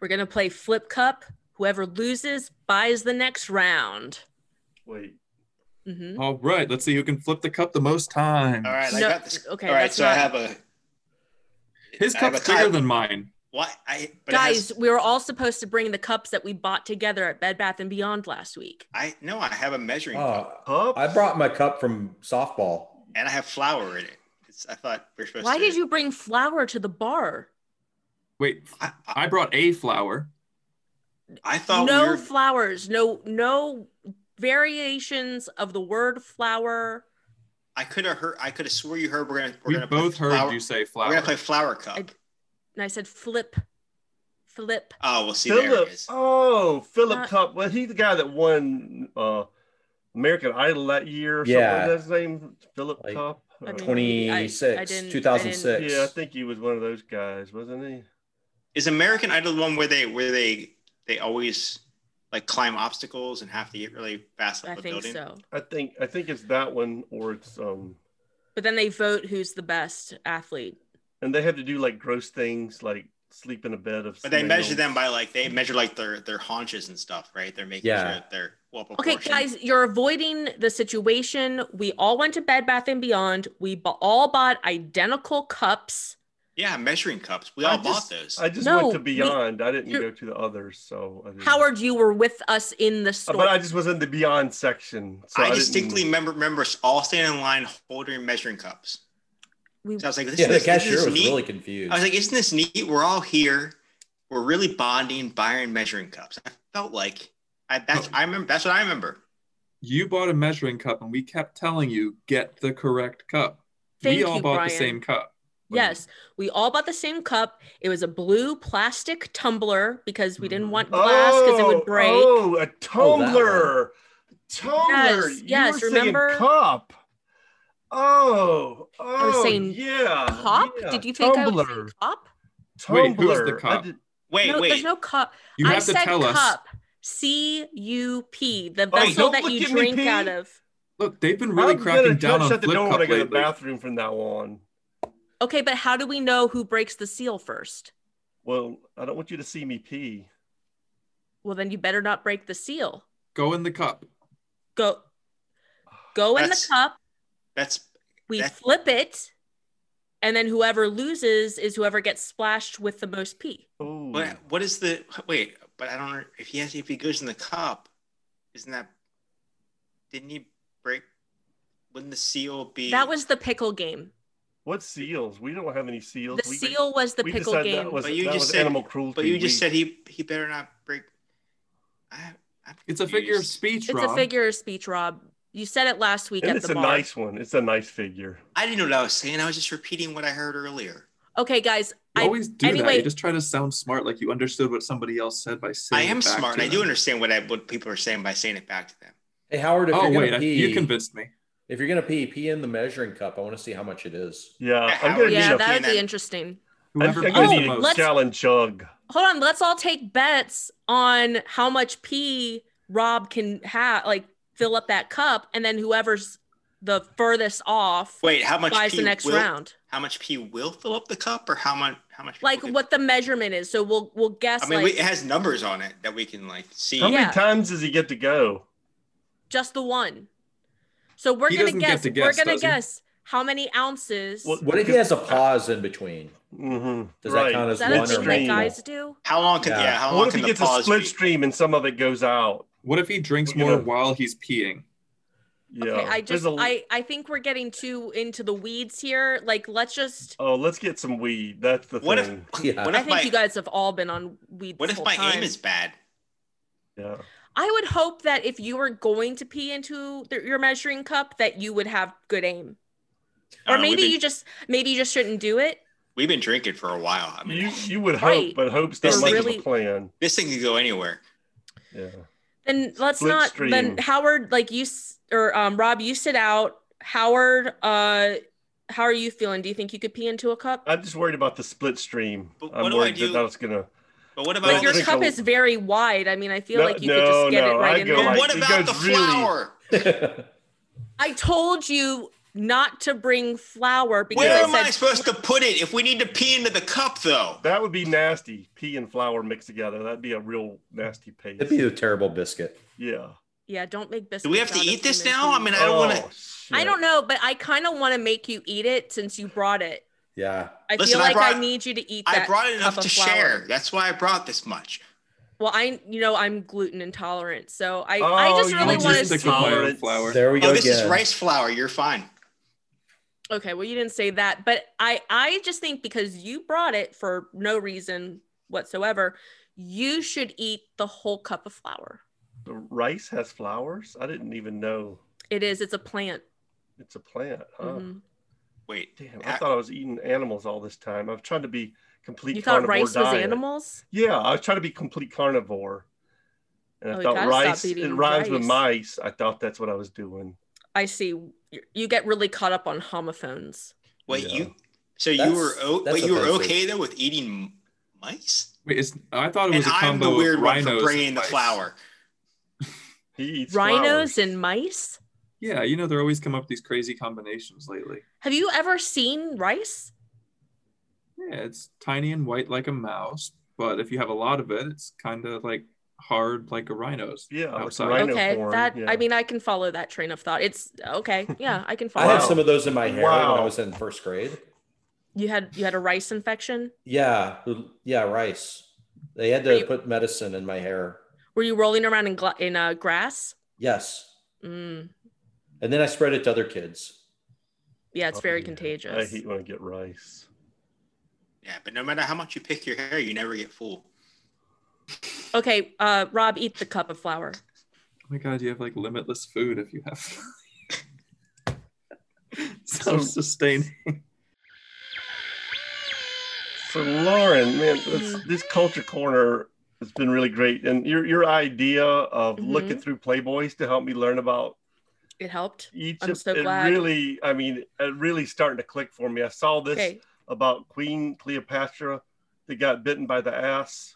Speaker 4: we're gonna play Flip Cup. Whoever loses buys the next round.
Speaker 2: wait
Speaker 4: hmm
Speaker 7: All right, let's see who can flip the cup the most times.
Speaker 6: All right, I
Speaker 4: No,
Speaker 6: got this.
Speaker 4: okay,
Speaker 6: All right,
Speaker 4: that's
Speaker 6: so I
Speaker 4: not-
Speaker 6: have a
Speaker 7: His
Speaker 6: I have
Speaker 7: cup's
Speaker 6: a tie.
Speaker 7: bigger than mine.
Speaker 6: What I but it
Speaker 4: Guys,
Speaker 6: has-
Speaker 4: we were all supposed to bring the cups that we bought together at Bed Bath and Beyond last week.
Speaker 6: I no, I have a measuring cup
Speaker 3: Oh,
Speaker 2: Cups?
Speaker 3: I brought my cup from softball.
Speaker 6: and I have flour in it. It's, I thought we are supposed
Speaker 4: Why
Speaker 6: to.
Speaker 4: did you bring flour to the bar?
Speaker 7: Wait,
Speaker 6: I, I,
Speaker 7: I brought a flower.
Speaker 6: I thought
Speaker 4: no
Speaker 6: we were,
Speaker 4: flowers, no no variations of the word flower.
Speaker 6: I could have heard. I could have swore you heard. We're gonna. We're
Speaker 7: We
Speaker 6: gonna play
Speaker 7: both heard
Speaker 6: flour,
Speaker 7: you say
Speaker 6: We're
Speaker 7: flower.
Speaker 6: gonna play flour cup.
Speaker 4: I- And I said flip, flip.
Speaker 6: oh, we'll see. There
Speaker 2: philip
Speaker 6: it is.
Speaker 2: oh philip
Speaker 4: Not-
Speaker 2: cup well he's the guy that won uh american idol that year or
Speaker 3: Yeah.
Speaker 2: something that's his name philip
Speaker 3: Like,
Speaker 2: cup
Speaker 4: I mean,
Speaker 2: Uh,
Speaker 3: 26,
Speaker 4: I- I didn't- I
Speaker 3: 2006.
Speaker 2: yeah i think he was one of those guys wasn't he
Speaker 6: Is American Idol the one where they where they they always like climb obstacles and have to get really fast up
Speaker 4: I
Speaker 6: a
Speaker 4: think
Speaker 6: building?
Speaker 4: so.
Speaker 2: I think I think it's that one or it's um
Speaker 4: But then they vote who's the best athlete.
Speaker 2: and they have to do like gross things like sleep in a bed of
Speaker 6: But they measure
Speaker 2: snails.
Speaker 6: them by like they measure like their their haunches and stuff, right? They're making
Speaker 3: Yeah.
Speaker 6: sure that they're well
Speaker 4: Okay,
Speaker 6: proportioned.
Speaker 4: guys, you're avoiding the situation. We all went to Bed Bath and Beyond. We bu- all bought identical cups.
Speaker 6: Yeah, measuring cups. We
Speaker 2: I
Speaker 6: all bought
Speaker 2: just-
Speaker 6: those.
Speaker 2: I just
Speaker 4: No,
Speaker 2: went to
Speaker 4: we-
Speaker 2: Beyond. I didn't
Speaker 4: you're-
Speaker 2: go to the others, so
Speaker 6: Hmm.
Speaker 2: I didn't-
Speaker 4: Howard, you were with us in the
Speaker 2: Uh,
Speaker 4: store.
Speaker 2: But I just was in the Beyond section. So I,
Speaker 6: I
Speaker 2: didn't-
Speaker 6: distinctly remember remember us all standing in line holding measuring cups.
Speaker 4: we,
Speaker 6: So I was like, this,
Speaker 3: Yeah,
Speaker 6: is
Speaker 3: the
Speaker 6: this,
Speaker 3: cashier
Speaker 6: isn't this
Speaker 3: was
Speaker 6: neat?
Speaker 3: really confused.
Speaker 6: I was like, isn't this neat? We're all here. We're really bonding, buying measuring cups. I felt like I that's I remember that's what I remember.
Speaker 7: You bought a measuring cup, and we kept telling you get the correct cup.
Speaker 4: Thank
Speaker 7: we all
Speaker 4: you,
Speaker 7: bought the
Speaker 4: Brian.
Speaker 7: same cup.
Speaker 4: yes, we all bought the same cup. It was a blue plastic tumbler because we didn't want glass
Speaker 2: oh,
Speaker 4: because it would break.
Speaker 2: Oh,
Speaker 3: Oh,
Speaker 2: a
Speaker 3: that one.
Speaker 2: tumbler. tumbler.
Speaker 4: Yes,
Speaker 2: you
Speaker 4: yes,
Speaker 2: were saying
Speaker 4: remember?
Speaker 2: cup. Oh, oh,
Speaker 4: was saying
Speaker 2: yeah.
Speaker 4: Cup?
Speaker 2: yeah,
Speaker 4: Did you think
Speaker 2: tumbler,
Speaker 4: I was saying cup?
Speaker 2: Tumbler.
Speaker 7: Wait, who was the
Speaker 2: I
Speaker 7: cup?
Speaker 2: did-
Speaker 6: Wait,
Speaker 4: no,
Speaker 6: wait.
Speaker 4: there's no cup.
Speaker 7: You
Speaker 4: I
Speaker 7: have to
Speaker 4: said
Speaker 7: tell us.
Speaker 4: cup. C U P, the
Speaker 2: Oh,
Speaker 4: vessel
Speaker 2: don't
Speaker 4: that
Speaker 2: look
Speaker 4: you
Speaker 2: at me,
Speaker 4: drink
Speaker 2: Pete.
Speaker 4: out of.
Speaker 7: Look, they've been really
Speaker 2: I'm gonna
Speaker 7: cracking down
Speaker 2: shut
Speaker 7: on
Speaker 2: the
Speaker 7: flip
Speaker 2: door
Speaker 7: cup
Speaker 2: when I go to the
Speaker 7: lately.
Speaker 2: bathroom from now on.
Speaker 4: Okay, but how do we know who breaks the seal first?
Speaker 2: Well, I don't want you to see me pee.
Speaker 4: Well, then you better not break the seal.
Speaker 7: Go in the cup.
Speaker 4: Go, go in the
Speaker 6: That's-
Speaker 4: cup.
Speaker 6: That's
Speaker 4: We
Speaker 6: that's-
Speaker 4: flip it, and then whoever loses is whoever gets splashed with the most pee.
Speaker 2: Oh,
Speaker 6: what, what is the wait? But I don't know if he has if he goes in the cup, isn't that? Didn't he break? Wouldn't the seal be?
Speaker 4: That was the pickle game.
Speaker 2: what seals? We don't have any seals.
Speaker 4: The
Speaker 2: we,
Speaker 4: seal was the
Speaker 2: we
Speaker 4: pickle
Speaker 2: decided
Speaker 4: game.
Speaker 2: That was,
Speaker 6: But you
Speaker 2: that
Speaker 6: just
Speaker 2: was
Speaker 6: said-
Speaker 2: animal cruelty.
Speaker 6: But you
Speaker 2: We-
Speaker 6: just said he he better not break. I, I'm
Speaker 7: It's a figure of
Speaker 6: confused.
Speaker 7: speech,
Speaker 4: It's
Speaker 7: Rob.
Speaker 4: a figure of speech, Rob. You said it last week
Speaker 2: And
Speaker 4: at
Speaker 2: it's
Speaker 4: the
Speaker 2: a
Speaker 4: bar.
Speaker 2: nice one. It's a nice figure.
Speaker 6: I didn't know what I was saying. I was just repeating what I heard earlier.
Speaker 4: Okay, guys.
Speaker 7: You
Speaker 4: I,
Speaker 7: always do that.
Speaker 4: anyway-
Speaker 7: You just try to sound smart, like you understood what somebody else said by
Speaker 6: I
Speaker 7: saying.
Speaker 6: am
Speaker 7: it back
Speaker 6: smart.
Speaker 7: to
Speaker 6: I do
Speaker 7: them.
Speaker 6: understand what I what people are saying by saying it back to them.
Speaker 3: Hey Howard, if
Speaker 7: Oh
Speaker 3: you're
Speaker 7: wait,
Speaker 3: gonna
Speaker 7: I,
Speaker 3: pee,
Speaker 7: you convinced me.
Speaker 3: if you're gonna pee, pee in the measuring cup. I want to see how much it is.
Speaker 2: Yeah,
Speaker 6: Yeah,
Speaker 2: I'm gonna
Speaker 6: Howard,
Speaker 2: need
Speaker 4: yeah,
Speaker 2: a
Speaker 6: that-
Speaker 4: that'd be
Speaker 6: CNN.
Speaker 4: interesting.
Speaker 2: I'm
Speaker 7: Whoever
Speaker 2: gonna
Speaker 7: pees
Speaker 4: Oh,
Speaker 7: the
Speaker 2: need a
Speaker 7: most.
Speaker 4: let's-
Speaker 2: gallon jug.
Speaker 4: Hold on, let's all take bets on how much pee Rob can have, like fill up that cup, and then whoever's the furthest off
Speaker 6: Wait, how much
Speaker 4: buys
Speaker 6: pee
Speaker 4: the next
Speaker 6: will,
Speaker 4: round.
Speaker 6: How much pee will fill up the cup, or how much? How much?
Speaker 4: Like
Speaker 6: people can-
Speaker 4: what the measurement is. So we'll we'll guess
Speaker 6: I mean,
Speaker 4: like
Speaker 6: we, it has numbers on it that we can like see.
Speaker 2: How
Speaker 4: Yeah.
Speaker 2: many times does he get to go?
Speaker 4: just the one. So we're
Speaker 7: He
Speaker 4: gonna
Speaker 7: doesn't get
Speaker 4: guess,
Speaker 7: to
Speaker 4: We're
Speaker 7: guess,
Speaker 4: gonna
Speaker 7: does he?
Speaker 4: guess how many ounces.
Speaker 2: Well,
Speaker 3: What if he has a pause in between?
Speaker 2: hmm
Speaker 3: Does
Speaker 2: right.
Speaker 3: that count
Speaker 4: is
Speaker 3: as
Speaker 4: that
Speaker 3: one
Speaker 4: a
Speaker 3: or
Speaker 4: thing
Speaker 2: stream.
Speaker 4: that
Speaker 3: multiple?
Speaker 4: guys do?
Speaker 6: How long can
Speaker 3: Yeah.
Speaker 6: yeah? how long
Speaker 2: What if
Speaker 6: can
Speaker 2: he
Speaker 6: the
Speaker 2: gets a
Speaker 6: pause
Speaker 2: split
Speaker 6: be?
Speaker 2: stream and some of it goes out?
Speaker 7: What if he drinks
Speaker 2: We're
Speaker 7: more
Speaker 2: gonna-
Speaker 7: while he's peeing?
Speaker 2: Yeah.
Speaker 4: Okay, I
Speaker 2: There's
Speaker 4: just
Speaker 2: a-
Speaker 4: I I think we're getting too into the weeds here. Like let's just
Speaker 2: Oh, let's get some weed. That's the
Speaker 6: What if
Speaker 2: thing.
Speaker 3: Yeah.
Speaker 6: what
Speaker 4: I
Speaker 6: if
Speaker 4: think
Speaker 6: my
Speaker 4: you guys have all been on weeds.
Speaker 6: what
Speaker 4: this
Speaker 6: if
Speaker 4: whole
Speaker 6: my
Speaker 4: time.
Speaker 6: aim is bad?
Speaker 2: Yeah.
Speaker 4: I would hope that if you were going to pee into the, your measuring cup, that you would have good aim.
Speaker 6: I
Speaker 4: Or
Speaker 6: don't know,
Speaker 4: maybe
Speaker 6: we've been,
Speaker 4: you just maybe you just shouldn't do it.
Speaker 6: we've been drinking for a while. I mean,
Speaker 2: You you would hope,
Speaker 4: Right.
Speaker 2: but hope's
Speaker 6: This
Speaker 2: not much
Speaker 6: thing-
Speaker 2: of a plan.
Speaker 6: this thing could go anywhere.
Speaker 2: Yeah.
Speaker 4: Then let's
Speaker 2: Split
Speaker 4: not.
Speaker 2: stream.
Speaker 4: Then Howard, like you s- or um, Rob, you sit out. Howard, uh, how are you feeling? Do you think you could pee into a cup?
Speaker 2: I'm just worried about the split stream.
Speaker 6: But
Speaker 2: I'm
Speaker 6: what do I
Speaker 2: worried
Speaker 6: do-
Speaker 2: that that's gonna.
Speaker 6: But what about
Speaker 2: Well,
Speaker 4: But
Speaker 6: all
Speaker 4: your
Speaker 6: this?
Speaker 2: think
Speaker 4: cup
Speaker 2: I'll-
Speaker 4: is very wide. I mean, I feel
Speaker 2: No,
Speaker 4: like you could just
Speaker 2: no,
Speaker 4: get it
Speaker 2: no,
Speaker 4: right
Speaker 2: I
Speaker 4: in
Speaker 2: go
Speaker 4: there.
Speaker 2: like-
Speaker 6: what
Speaker 2: it
Speaker 6: about the
Speaker 2: goes really-
Speaker 6: flower?
Speaker 4: I told you not to bring flour because
Speaker 6: Where
Speaker 4: I
Speaker 6: am
Speaker 4: said
Speaker 6: I supposed to put it if we need to pee into the cup though?
Speaker 2: That would be nasty. Pea and flour mixed together. That'd be a real nasty paste.
Speaker 3: It'd be a terrible biscuit.
Speaker 2: yeah.
Speaker 4: Yeah, don't make biscuits.
Speaker 6: Do we have to
Speaker 4: out of
Speaker 6: eat this
Speaker 4: human
Speaker 6: now? I
Speaker 4: food.
Speaker 6: mean, I don't
Speaker 2: Oh,
Speaker 6: want to.
Speaker 2: shit.
Speaker 4: I don't know, but I kind of want to make you eat it since you brought it.
Speaker 3: Yeah.
Speaker 4: I
Speaker 6: Listen,
Speaker 4: feel
Speaker 6: I
Speaker 4: like I,
Speaker 6: brought-
Speaker 4: need you to eat that.
Speaker 6: I brought enough
Speaker 4: cup
Speaker 6: to
Speaker 4: of flour.
Speaker 6: share. That's why I brought this much.
Speaker 4: Well, I you know I'm gluten intolerant, so I
Speaker 2: Oh,
Speaker 4: I just
Speaker 2: you
Speaker 4: really
Speaker 7: I'll
Speaker 4: want
Speaker 7: just
Speaker 4: to
Speaker 7: stick
Speaker 4: see.
Speaker 7: with my own
Speaker 2: Tolerance.
Speaker 7: flour.
Speaker 3: There we go
Speaker 6: Oh, this
Speaker 3: again.
Speaker 6: is rice flour. You're fine.
Speaker 4: Okay, well you didn't say that, but I I just think because you brought it for no reason whatsoever, you should eat the whole cup of flour.
Speaker 2: The rice has flowers. I didn't even know
Speaker 4: It is. It's a plant.
Speaker 2: it's a plant. Huh?
Speaker 4: Mhm.
Speaker 6: Wait,
Speaker 2: Damn, I thought I was eating animals all this time. I've tried to be complete
Speaker 4: You thought
Speaker 2: carnivore
Speaker 4: rice was
Speaker 2: diet.
Speaker 4: animals?
Speaker 2: Yeah, I was trying to be complete carnivore. And I
Speaker 4: Oh, you
Speaker 2: thought
Speaker 4: gotta stop
Speaker 2: rice, it
Speaker 4: eating
Speaker 2: rhymes with
Speaker 4: rice.
Speaker 2: mice. I thought that's what I was doing.
Speaker 4: I see. You- You get really caught up on homophones.
Speaker 6: wait,
Speaker 2: Yeah.
Speaker 6: you. So you
Speaker 3: That's-
Speaker 6: were o-
Speaker 3: that's
Speaker 6: but you were
Speaker 3: offensive.
Speaker 6: okay though with eating mice?
Speaker 7: Wait, it's, I thought it
Speaker 6: And
Speaker 7: was a
Speaker 6: I'm
Speaker 7: combo
Speaker 6: the weird
Speaker 7: of
Speaker 6: one
Speaker 7: rhinos.
Speaker 6: for bringing
Speaker 7: and
Speaker 6: the
Speaker 7: mice.
Speaker 6: flour.
Speaker 2: He eats
Speaker 4: Rhinos
Speaker 2: flowers.
Speaker 4: and mice?
Speaker 7: Yeah, you know they're always come up with these crazy combinations lately.
Speaker 4: Have you ever seen rice?
Speaker 7: Yeah, it's tiny and white like a mouse, but if you have a lot of it, it's kind of like hard like a rhino's.
Speaker 2: yeah, like
Speaker 7: outside.
Speaker 2: rhino
Speaker 4: okay,
Speaker 2: form.
Speaker 4: that
Speaker 2: yeah.
Speaker 4: I mean, I can follow that train of thought. It's
Speaker 2: *laughs*
Speaker 4: okay. Yeah, I can
Speaker 3: I
Speaker 4: follow.
Speaker 2: Wow.
Speaker 3: had some of those in my hair when I
Speaker 2: Wow.
Speaker 3: was in first grade.
Speaker 4: You had you had a rice infection.
Speaker 3: Yeah, yeah, rice. They had to
Speaker 4: Are you-
Speaker 3: put medicine in my hair.
Speaker 4: Were you rolling around in gla- in uh, grass?
Speaker 3: Yes,
Speaker 4: Mm,
Speaker 3: and then I spread it to other kids.
Speaker 4: yeah, it's
Speaker 2: Oh,
Speaker 4: very
Speaker 2: yeah. I
Speaker 4: contagious.
Speaker 2: hate when I get rice.
Speaker 6: Yeah, but no matter how much you pick your hair, you never get full.
Speaker 4: Okay, uh, Rob, eat the cup of flour.
Speaker 7: Oh my god, you have like limitless food if you have.
Speaker 2: *laughs*
Speaker 7: *laughs*
Speaker 2: So-
Speaker 7: Sounds sustaining.
Speaker 2: So Lauren, man, this,
Speaker 4: Mm-hmm.
Speaker 2: this culture corner has been really great, and your your idea of
Speaker 4: Mhm.
Speaker 2: looking through Playboys to help me learn about
Speaker 4: It helped.
Speaker 2: Egypt,
Speaker 4: so
Speaker 2: it
Speaker 4: glad.
Speaker 2: really, I mean, it really starting to click for me. I saw this
Speaker 4: Okay,
Speaker 2: about Queen Cleopatra that got bitten by the ass.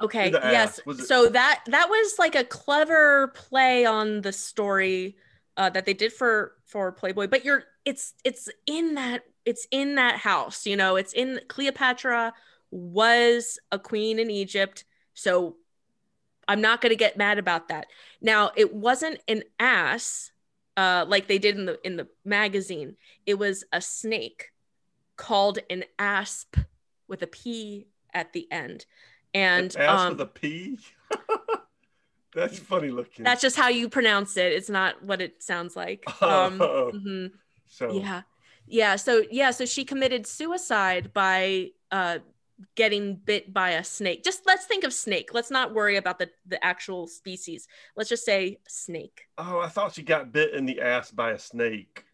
Speaker 4: okay,
Speaker 2: the
Speaker 4: yes.
Speaker 2: ass, was it-
Speaker 4: So that that was like a clever play on the story uh, that they did for for Playboy. But you're it's it's in that it's in that house you know it's in cleopatra was a queen in egypt so i'm not going to get mad about that now it wasn't an ass uh, like they did in the in the magazine it was a snake called an asp with a p at the end and
Speaker 2: An ass
Speaker 4: um,
Speaker 2: with a P. *laughs* That's funny looking.
Speaker 4: that's just how you pronounce it it's not what it sounds like um,
Speaker 2: *laughs* Oh.
Speaker 4: mhm.
Speaker 2: so
Speaker 4: yeah yeah so yeah so she committed suicide by uh getting bit by a snake just let's think of snake let's not worry about the the actual species let's just say snake
Speaker 2: Oh, I thought she got bit in the ass by a snake.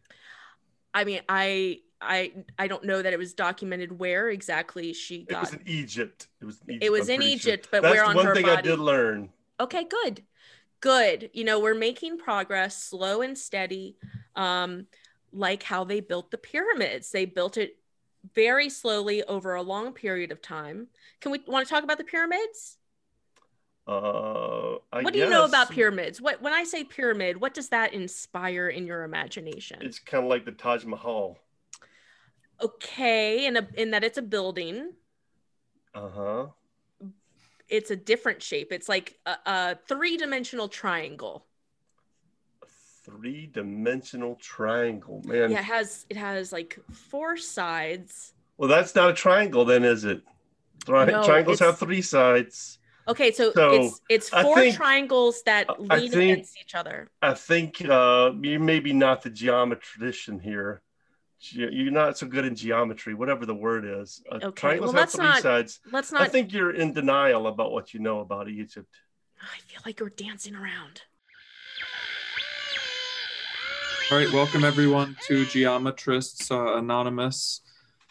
Speaker 4: i mean i i i don't know that it was documented where exactly she
Speaker 2: It was
Speaker 4: got
Speaker 2: in Egypt. It was. In Egypt,
Speaker 4: it was
Speaker 2: I'm
Speaker 4: in
Speaker 2: pretty sure.
Speaker 4: egypt but
Speaker 2: That's
Speaker 4: where on
Speaker 2: one
Speaker 4: her
Speaker 2: thing I
Speaker 4: body
Speaker 2: did learn.
Speaker 4: okay good good you know we're making progress slow and steady um like how they built the pyramids they built it very slowly over a long period of time can we want to talk about the pyramids
Speaker 2: Uh, I
Speaker 4: what do you know
Speaker 2: guess
Speaker 4: about pyramids what when i say pyramid what does that inspire in your imagination
Speaker 2: It's kind of like the Taj Mahal.
Speaker 4: okay in a, in that it's a building
Speaker 2: Uh huh.
Speaker 4: it's a different shape it's like a, a three-dimensional triangle
Speaker 2: Three dimensional triangle, man.
Speaker 4: yeah it has it has like four sides
Speaker 2: Well, that's not a triangle, then, is it? Tri-
Speaker 4: No,
Speaker 2: triangles
Speaker 4: it's-
Speaker 2: have three sides.
Speaker 4: Okay, so,
Speaker 2: So,
Speaker 4: it's it's
Speaker 2: I
Speaker 4: four
Speaker 2: think-
Speaker 4: triangles that
Speaker 2: I- I
Speaker 4: lean
Speaker 2: think-
Speaker 4: against each other.
Speaker 2: I think uh, you're maybe not the geometrician here. Ge- You're not so good in geometry, whatever the word is. Uh,
Speaker 4: Okay,
Speaker 2: Triangles
Speaker 4: well,
Speaker 2: have
Speaker 4: that's
Speaker 2: three
Speaker 4: not-
Speaker 2: sides.
Speaker 4: Let's
Speaker 2: I
Speaker 4: not. I,
Speaker 2: think you're in denial about what you know about Egypt.
Speaker 4: feel like we're dancing around.
Speaker 7: All right, welcome everyone to Geometrists uh, Anonymous.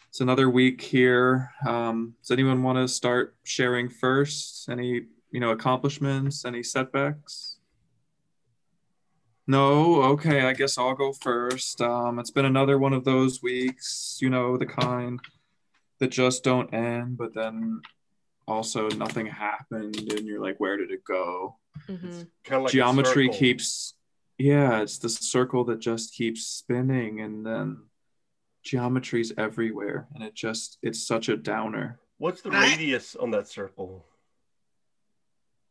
Speaker 7: It's another week here. Um, does anyone want to start sharing first? Any you know accomplishments? Any setbacks? No. Okay, I guess I'll go first. Um, it's been another one of those weeks, you know, the kind that just don't end, but then also nothing happened, and you're like, where did it go?
Speaker 4: Mhm.
Speaker 2: Kind of like a
Speaker 7: geometry
Speaker 2: circle.
Speaker 7: keeps yeah it's the circle that just keeps spinning and then geometry's everywhere and it just it's such a downer
Speaker 2: What's the
Speaker 6: Can I-
Speaker 2: radius on that circle?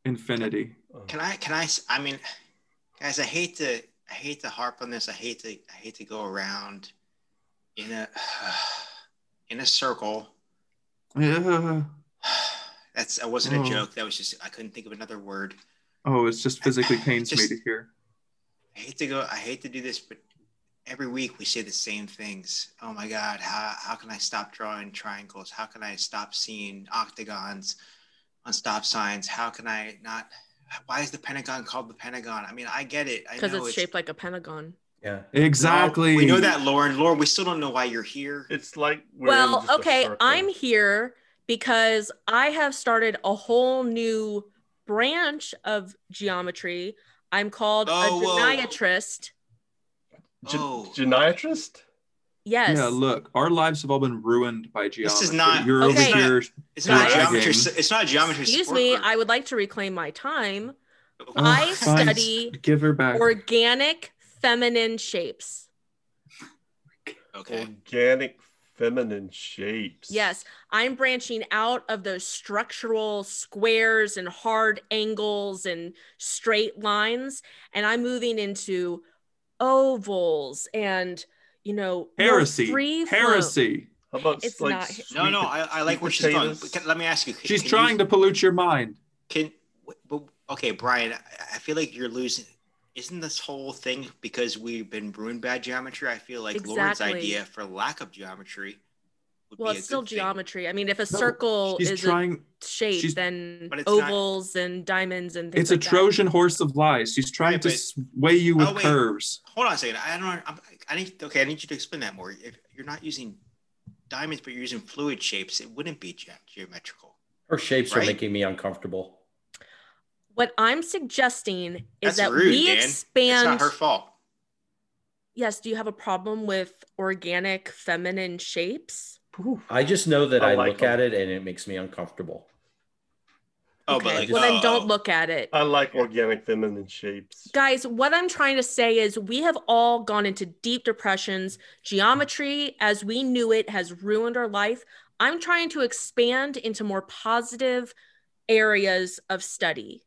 Speaker 7: infinity
Speaker 2: Uh,
Speaker 6: Can I? Can I? s- I mean, guys, I hate to. I hate to harp on this. I hate to. I hate to go around in a *sighs* in a circle. *sighs*
Speaker 7: yeah
Speaker 6: That's. That wasn't
Speaker 7: Oh.
Speaker 6: a joke. That was just. I couldn't think of another word.
Speaker 7: oh it's just
Speaker 6: *laughs*
Speaker 7: physically pains
Speaker 6: Just-
Speaker 7: me to hear
Speaker 6: I hate to go. I hate to do this, but every week we say the same things. Oh my God! How how can I stop drawing triangles? How can I stop seeing octagons on stop signs? How can I not? Why is the Pentagon called the Pentagon? I mean, I get it. I
Speaker 4: Because
Speaker 6: know
Speaker 4: it's, shaped like a pentagon.
Speaker 3: Yeah.
Speaker 7: exactly
Speaker 6: We know that, Lauren. Lauren, we still don't know why you're here.
Speaker 2: It's like we're in
Speaker 4: Well,
Speaker 2: just a
Speaker 4: okay,
Speaker 2: circle.
Speaker 4: I'm here because I have started a whole new branch of geometry. I'm called
Speaker 6: Oh,
Speaker 4: a
Speaker 6: whoa.
Speaker 4: geniatrist.
Speaker 2: Ge-
Speaker 6: Oh.
Speaker 2: Geniatrist?
Speaker 4: Yes.
Speaker 7: yeah look our lives have all been ruined by geometry
Speaker 6: This is not-
Speaker 7: you're
Speaker 4: this is
Speaker 7: over
Speaker 4: not-
Speaker 7: here
Speaker 6: It's not a
Speaker 4: Guys.
Speaker 6: geometry. It's not a geometry.
Speaker 4: Excuse
Speaker 6: support
Speaker 4: me.
Speaker 6: group.
Speaker 4: I would like to reclaim my time.
Speaker 6: Oh,
Speaker 4: I
Speaker 7: fine,
Speaker 4: study
Speaker 7: give her back
Speaker 4: Organic feminine shapes.
Speaker 6: okay.
Speaker 2: Organic feminine shapes.
Speaker 4: Yes, I'm branching out of those structural squares and hard angles and straight lines, and I'm moving into ovals and you know more
Speaker 7: heresy
Speaker 4: free flow.
Speaker 7: heresy
Speaker 2: How about
Speaker 4: It's
Speaker 2: like
Speaker 4: not-
Speaker 2: sweet
Speaker 6: No, no, I, I like where she's going.
Speaker 2: potatoes.
Speaker 6: Can- Let me ask you. can-
Speaker 7: she's
Speaker 6: can you-
Speaker 7: trying to pollute your mind
Speaker 6: Can but okay, Brian, I- I feel like you're losing. Isn't this whole thing because we've been ruined by geometry? I feel like Lauren's
Speaker 4: Exactly.
Speaker 6: idea for lack of geometry would
Speaker 4: Well,
Speaker 6: be a
Speaker 4: it's still
Speaker 6: good thing.
Speaker 4: geometry. I mean, if a
Speaker 7: No,
Speaker 4: circle
Speaker 7: she's
Speaker 4: is
Speaker 7: trying
Speaker 4: a shape,
Speaker 7: she's-
Speaker 4: then
Speaker 6: But it's not-
Speaker 4: ovals and diamonds and things
Speaker 7: It's a
Speaker 4: like that.
Speaker 7: Trojan horse of lies. She's trying
Speaker 6: Right,
Speaker 7: to
Speaker 6: but-
Speaker 7: sway you with
Speaker 6: Oh, wait.
Speaker 7: curves.
Speaker 6: Hold on a second. I don't. I'm, I need. Okay, I need you to explain that more. If you're not using diamonds, but you're using fluid shapes, it wouldn't be ge- geometrical.
Speaker 3: Her shapes are
Speaker 6: Right?
Speaker 3: making me uncomfortable.
Speaker 4: What I'm suggesting
Speaker 6: That's
Speaker 4: is that
Speaker 6: rude,
Speaker 4: we
Speaker 6: Dan. it's
Speaker 4: expand
Speaker 6: not her fault.
Speaker 4: Yes, do you have a problem with organic feminine shapes?
Speaker 2: poof.
Speaker 3: I just know that
Speaker 2: I
Speaker 3: I,
Speaker 2: like
Speaker 3: look at it and it makes me uncomfortable.
Speaker 6: Oh, but
Speaker 4: Okay.
Speaker 6: like,
Speaker 4: well, then
Speaker 6: oh.
Speaker 4: don't look at it.
Speaker 2: I like organic feminine shapes.
Speaker 4: Guys, what I'm trying to say is we have all gone into deep depressions. Geometry, as we knew it, has ruined our life. I'm trying to expand into more positive areas of study.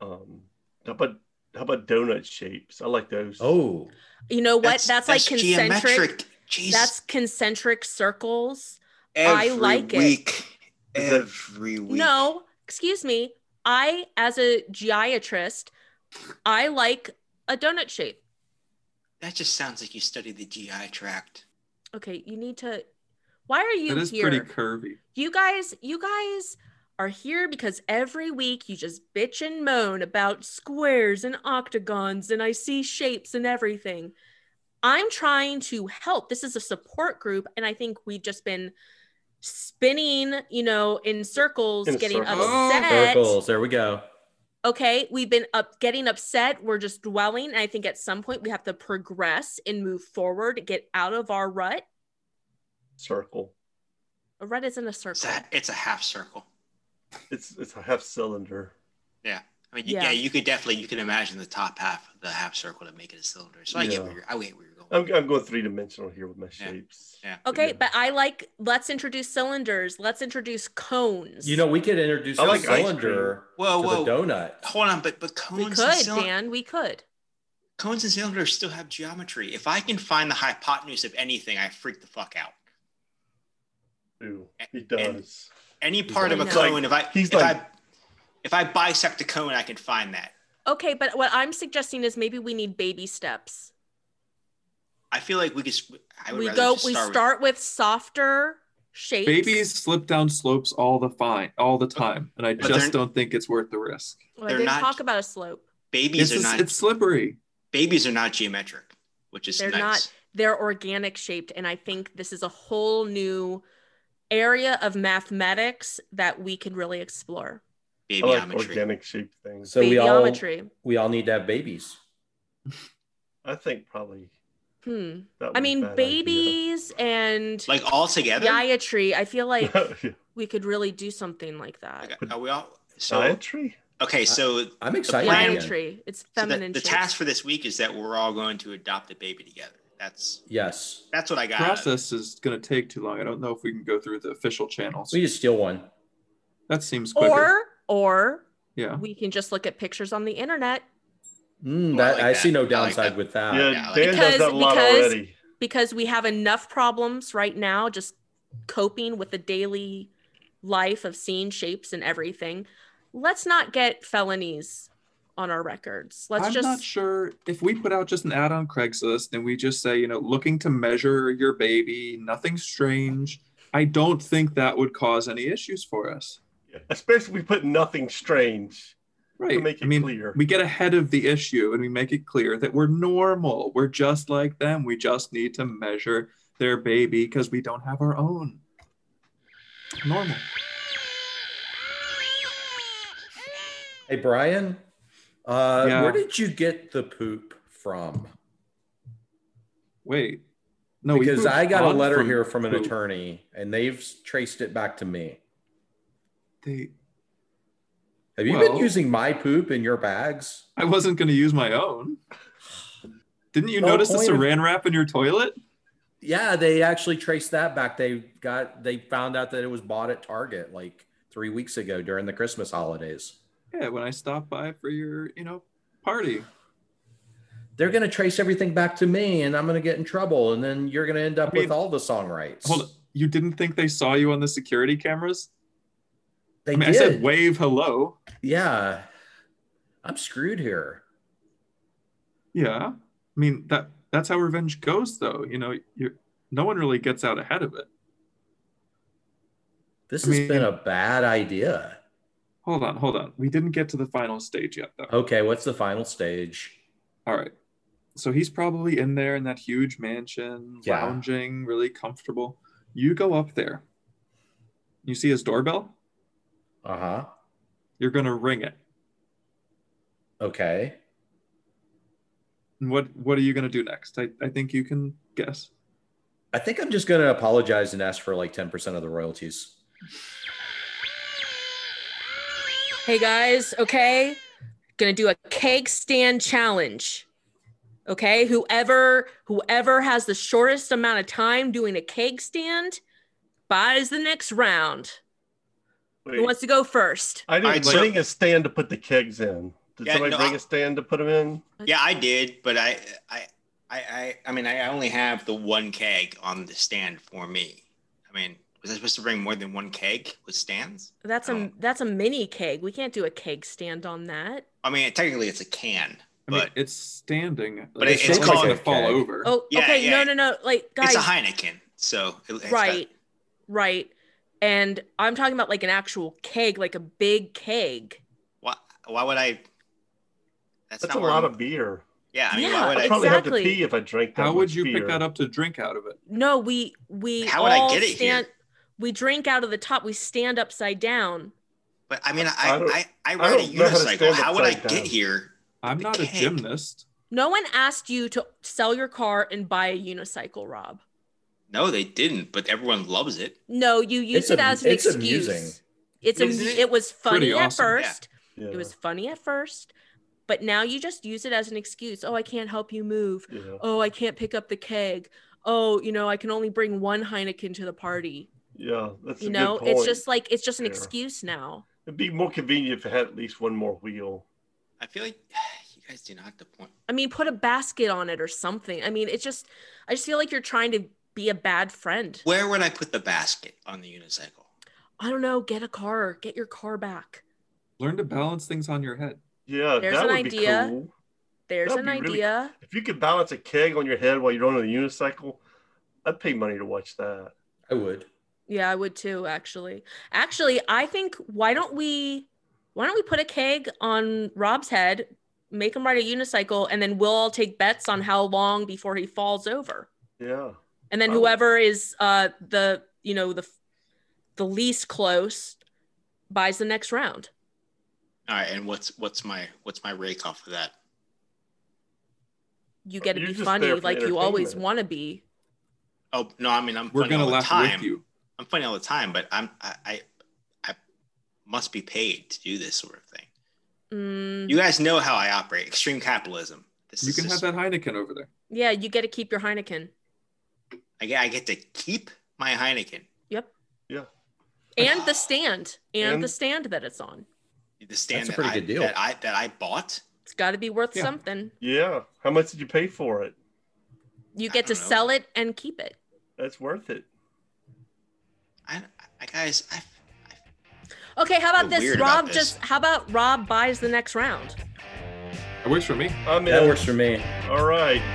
Speaker 2: Um, how about how about donut shapes? I like those.
Speaker 3: Oh,
Speaker 4: You know what? That's, like concentric.
Speaker 6: geometric. Jeez,
Speaker 4: That's concentric circles.
Speaker 6: every
Speaker 4: I like it.
Speaker 6: week.
Speaker 2: Is that-
Speaker 6: Every week.
Speaker 4: No, excuse me. I, as a geometrist, I like a donut shape.
Speaker 6: that just sounds like you study the GI tract.
Speaker 4: Okay, you need to. Why are you
Speaker 7: That is
Speaker 4: here?
Speaker 7: pretty curvy.
Speaker 4: you guys you guys are here because every week you just bitch and moan about squares and octagons and i see shapes and everything i'm trying to help this is a support group and i think we've just been spinning you know in circles
Speaker 2: In
Speaker 4: getting
Speaker 2: circles.
Speaker 4: upset
Speaker 7: Oh,
Speaker 3: circles. There we go.
Speaker 4: okay we've been up getting upset we're just dwelling and i think at some point we have to progress and move forward get out of our rut
Speaker 2: Circle.
Speaker 4: a rut isn't a
Speaker 6: It's
Speaker 4: circle
Speaker 6: a, it's a half circle.
Speaker 2: It's it's a half cylinder.
Speaker 6: I mean, yeah.
Speaker 4: Yeah.
Speaker 6: yeah, you could definitely you can imagine the top half of the half circle to make it a cylinder. So I get where
Speaker 2: Yeah. Oh,
Speaker 6: you're. I get where you're going.
Speaker 2: I'm, I'm going three dimensional here with my shapes.
Speaker 6: Yeah.
Speaker 4: Okay,
Speaker 2: Yeah.
Speaker 4: but I like let's introduce cylinders. Let's introduce cones.
Speaker 3: You know, we could introduce
Speaker 2: I
Speaker 3: a
Speaker 2: like ice
Speaker 3: cylinder
Speaker 6: Whoa,
Speaker 3: to
Speaker 6: Oh, whoa.
Speaker 3: the donut.
Speaker 6: Hold on, but but
Speaker 4: we
Speaker 6: cones
Speaker 4: could,
Speaker 6: and cylinder-
Speaker 4: Dan. We could.
Speaker 6: cones and cylinders still have geometry. If I can find the hypotenuse of anything, I freak the fuck out.
Speaker 2: Ooh, he
Speaker 6: And-
Speaker 2: does.
Speaker 6: Any
Speaker 3: He's
Speaker 6: part of a
Speaker 4: like-
Speaker 6: cone, if I
Speaker 2: he's
Speaker 6: if
Speaker 2: like-
Speaker 6: I if I bisect a cone, I can find that.
Speaker 4: Okay, but what I'm suggesting is maybe we need baby steps.
Speaker 6: I feel like we could. s- I would
Speaker 4: We
Speaker 6: rather
Speaker 4: go.
Speaker 6: just
Speaker 4: We
Speaker 6: start with-
Speaker 4: start with softer shapes.
Speaker 7: Babies slip down slopes all the fine all the time, and I
Speaker 6: But
Speaker 7: just
Speaker 6: they're-
Speaker 7: don't think it's worth the risk.
Speaker 4: Well, I
Speaker 6: they're
Speaker 4: didn't
Speaker 6: not-
Speaker 4: talk about a slope.
Speaker 6: babies
Speaker 7: It's,
Speaker 6: are
Speaker 7: just-
Speaker 6: not
Speaker 7: it's slippery.
Speaker 6: babies are not geometric, which is
Speaker 4: They're
Speaker 6: nice.
Speaker 4: not. They're organic shaped, and I think this is a whole new area of mathematics that we can really explore.
Speaker 2: I like
Speaker 6: Babyometry.
Speaker 2: organic shaped things.
Speaker 3: So we all
Speaker 4: Babyometry.
Speaker 3: we all need to have babies.
Speaker 2: I think probably
Speaker 4: Hmm.
Speaker 2: that.
Speaker 4: I
Speaker 2: was a
Speaker 4: mean,
Speaker 2: bad idea. *laughs*
Speaker 4: babies and
Speaker 6: like all together.
Speaker 4: dietry. I feel
Speaker 2: *laughs*
Speaker 4: like
Speaker 2: Yeah.
Speaker 4: we could really do something like that.
Speaker 6: Like, Are we all so?
Speaker 2: Dietary?
Speaker 6: Okay, so
Speaker 3: I'm excited.
Speaker 6: plan-
Speaker 3: again.
Speaker 4: Gentry. It's
Speaker 6: So the,
Speaker 4: feminine.
Speaker 6: the
Speaker 4: shapes.
Speaker 6: task for this week is that we're all going to adopt a baby together. That's
Speaker 3: Yes,
Speaker 6: that's what I got. out of it.
Speaker 7: Process is going to take too long. I don't know if we can go through the official channels.
Speaker 3: we just steal one.
Speaker 7: that seems quicker.
Speaker 4: Or or
Speaker 7: yeah.
Speaker 4: we can just look at pictures on the internet
Speaker 6: Oh,
Speaker 3: Mm,
Speaker 6: I
Speaker 3: that, I,
Speaker 6: like that.
Speaker 3: see
Speaker 6: I
Speaker 3: no
Speaker 6: like
Speaker 3: downside
Speaker 6: that.
Speaker 3: with
Speaker 7: Uh,
Speaker 3: that.
Speaker 2: yeah,
Speaker 6: yeah, like-
Speaker 2: Dan does
Speaker 4: Because-
Speaker 2: that a lot
Speaker 4: because-
Speaker 2: already.
Speaker 4: because we have enough problems right now just coping with the daily life of seeing shapes and everything. Let's not get felonies on our records. Let's
Speaker 7: I'm
Speaker 4: just
Speaker 7: not sure if we put out just an ad on Craigslist and we just say, you know, looking to measure your baby, nothing strange. I don't think that would cause any issues for us.
Speaker 2: Yeah. Especially we put nothing strange.
Speaker 7: Right.
Speaker 2: make
Speaker 7: I
Speaker 2: it
Speaker 7: mean,
Speaker 2: clear.
Speaker 7: we get ahead of the issue and we make it clear that we're normal. We're just like them. We just need to measure their baby because we don't have our own. Normal.
Speaker 3: Hey Brian, uh,
Speaker 7: Yeah.
Speaker 3: where did you get the poop from?
Speaker 7: Wait. No, we
Speaker 3: because
Speaker 7: moved
Speaker 3: I got a
Speaker 7: on
Speaker 3: letter here from an
Speaker 7: poop.
Speaker 3: attorney, and they've traced it back to me.
Speaker 7: They-
Speaker 3: Have you been
Speaker 7: Well-
Speaker 3: using my poop in your bags?
Speaker 7: I wasn't going to use my own. Didn't you
Speaker 3: No
Speaker 7: notice the
Speaker 3: point of-
Speaker 7: saran wrap in your toilet?
Speaker 3: Yeah, they actually traced that back. They got they found out that it was bought at Target like three weeks ago during the Christmas holidays.
Speaker 7: Yeah, when I stopped by for your, you know, party.
Speaker 3: They're gonna trace everything back to me, and I'm gonna get in trouble, and then you're gonna end up
Speaker 7: I mean-
Speaker 3: with all the song rights.
Speaker 7: Hold on. You didn't think they saw you on the security cameras?
Speaker 3: They
Speaker 7: I mean,
Speaker 3: did.
Speaker 7: I said wave hello.
Speaker 3: yeah, I'm screwed here.
Speaker 7: Yeah. I mean, that that's how revenge goes though. You know, you no one really gets out ahead of it.
Speaker 3: This
Speaker 7: I
Speaker 3: has
Speaker 7: mean-
Speaker 3: been a bad idea.
Speaker 7: Hold on, hold on. We didn't get to the final stage yet though.
Speaker 3: Okay, what's the final stage?
Speaker 7: All right. So he's probably in there in that huge mansion,
Speaker 3: Yeah.
Speaker 7: lounging, really comfortable. You go up there. You see his doorbell?
Speaker 3: Uh huh.
Speaker 7: You're going to ring it.
Speaker 3: Okay.
Speaker 7: And what what are you going to do next? I, I think you can guess.
Speaker 3: I think I'm just gonna apologize and ask for like 10% of the royalties.
Speaker 4: Hey guys, okay? Gonna do a cake stand challenge. Okay? Whoever whoever has the shortest amount of time doing a cake stand buys the next round.
Speaker 2: Wait,
Speaker 4: Who wants to go first?
Speaker 2: I didn't
Speaker 6: Alright, so-
Speaker 2: bring a stand to put the kegs in. Did
Speaker 6: Yeah,
Speaker 2: somebody
Speaker 6: no,
Speaker 2: bring
Speaker 6: I-
Speaker 2: a stand to put them in?
Speaker 6: Yeah, I did, but I, I, I, I, I mean, I only have the one keg on the stand for me. I mean, was I supposed to bring more than one keg with stands?
Speaker 4: That's
Speaker 6: Oh.
Speaker 4: a that's a mini keg. We can't do a keg stand on that.
Speaker 6: I mean, technically it's a can,
Speaker 7: I mean,
Speaker 6: but
Speaker 7: it's standing.
Speaker 6: But
Speaker 7: Like,
Speaker 6: it- it's
Speaker 7: looks like
Speaker 6: called-
Speaker 7: gonna fall over.
Speaker 4: Oh,
Speaker 6: Yeah,
Speaker 4: okay.
Speaker 6: yeah.
Speaker 4: No, no, no. Like
Speaker 6: it's
Speaker 4: guys,
Speaker 6: a Heineken, so it, it's got-
Speaker 4: right right and i'm talking about like an actual keg like a big keg
Speaker 6: why, why would I? That's,
Speaker 2: That's
Speaker 6: not
Speaker 2: a
Speaker 6: where
Speaker 2: lot
Speaker 6: I'm-
Speaker 2: of beer.
Speaker 6: Yeah, I mean,
Speaker 4: Yeah,
Speaker 6: why
Speaker 2: I'd
Speaker 6: would I?
Speaker 2: probably have
Speaker 4: exactly.
Speaker 2: to pee if I drank that.
Speaker 7: How would
Speaker 2: much
Speaker 7: you pick
Speaker 2: beer.
Speaker 7: that up to drink out of it?
Speaker 4: no we we
Speaker 6: How would I
Speaker 4: all
Speaker 6: get it here?
Speaker 4: stand we drink out of the top we stand upside down
Speaker 6: But I mean, I,
Speaker 2: I don't-
Speaker 6: I, I,
Speaker 2: I
Speaker 6: ride a
Speaker 2: don't know how to
Speaker 6: unicycle.
Speaker 2: stand
Speaker 6: How would I
Speaker 2: upside
Speaker 6: get
Speaker 2: down.
Speaker 6: here?
Speaker 7: I'm
Speaker 6: The
Speaker 7: not a
Speaker 6: keg.
Speaker 7: gymnast.
Speaker 4: no one asked you to sell your car and buy a unicycle rob
Speaker 6: No, they didn't. But everyone loves it.
Speaker 4: no you
Speaker 3: It's
Speaker 4: used it
Speaker 3: a-
Speaker 4: as an
Speaker 3: it's
Speaker 4: excuse
Speaker 3: amusing.
Speaker 4: it's am-
Speaker 6: Isn't it?
Speaker 4: it was funny
Speaker 7: Pretty
Speaker 4: at
Speaker 7: awesome.
Speaker 6: Yeah.
Speaker 4: first
Speaker 2: Yeah,
Speaker 4: it was funny at first but now you just use it as an excuse oh i can't help you move
Speaker 2: yeah.
Speaker 4: oh, I can't pick up the keg. Oh, you know, I can only bring one Heineken to the party.
Speaker 2: Yeah, that's a
Speaker 4: you know,
Speaker 2: good
Speaker 4: it's
Speaker 2: point.
Speaker 4: just like it's just an
Speaker 2: Yeah.
Speaker 4: excuse now.
Speaker 2: It'd be more convenient if it had at least one more wheel.
Speaker 6: I feel like *sighs* you guys do not have the point.
Speaker 4: I mean, put a basket on it or something. I mean, it's just I just feel like you're trying to be a bad friend.
Speaker 6: Where would I put the basket on the unicycle?
Speaker 4: I don't know, get a car, get your car back.
Speaker 7: Learn to balance things on your head.
Speaker 2: Yeah,
Speaker 4: There's
Speaker 2: that
Speaker 4: an
Speaker 2: would
Speaker 4: idea.
Speaker 2: be cool.
Speaker 4: There's
Speaker 2: That'd
Speaker 4: an
Speaker 2: be really-
Speaker 4: idea.
Speaker 2: If you could balance a keg on your head while you're on a unicycle, I'd pay money to watch that.
Speaker 3: I would.
Speaker 4: Yeah, I would too, actually. Actually, I think why don't we why don't we put a keg on Rob's head, make him ride a unicycle, and then we'll all take bets on how long before he falls over.
Speaker 2: Yeah.
Speaker 4: and then
Speaker 2: Wow.
Speaker 4: whoever is uh the you know the the least close buys the next round
Speaker 6: All right, and what's what's my what's my rake off of that?
Speaker 4: you get to
Speaker 2: You're
Speaker 4: be
Speaker 2: just
Speaker 4: funny
Speaker 2: there for
Speaker 4: like you always
Speaker 2: entertainment.
Speaker 4: want to be
Speaker 6: Oh no, I mean I'm
Speaker 7: We're
Speaker 6: funny
Speaker 7: gonna
Speaker 6: all
Speaker 7: laugh
Speaker 6: the time.
Speaker 7: with you.
Speaker 6: I'm funny all the time, but I'm I, I I must be paid to do this sort of thing.
Speaker 4: Mm,
Speaker 6: You guys know how I operate. Extreme capitalism. This
Speaker 7: You
Speaker 6: is
Speaker 7: can have
Speaker 6: just,
Speaker 7: that Heineken over there.
Speaker 4: yeah you get to keep your heineken
Speaker 6: I get I get to keep my Heineken.
Speaker 4: and the stand and,
Speaker 2: And-
Speaker 4: the stand that it's on
Speaker 6: The stand
Speaker 3: That's a
Speaker 6: that
Speaker 3: pretty
Speaker 6: I,
Speaker 3: good deal.
Speaker 6: that I that I bought.
Speaker 4: it's got to be worth
Speaker 7: Yeah.
Speaker 4: something
Speaker 2: Yeah. How much did you pay for it?
Speaker 4: you
Speaker 6: I
Speaker 4: get to
Speaker 6: don't know.
Speaker 4: sell it and keep it
Speaker 2: That's worth it.
Speaker 6: I, I guys, I,
Speaker 4: okay how
Speaker 6: Feel
Speaker 4: about this
Speaker 6: weird about
Speaker 4: rob
Speaker 6: this.
Speaker 4: just how about rob buys the next round
Speaker 7: It works for me.
Speaker 2: I'm
Speaker 3: That
Speaker 2: in.
Speaker 3: works for me.
Speaker 2: All right.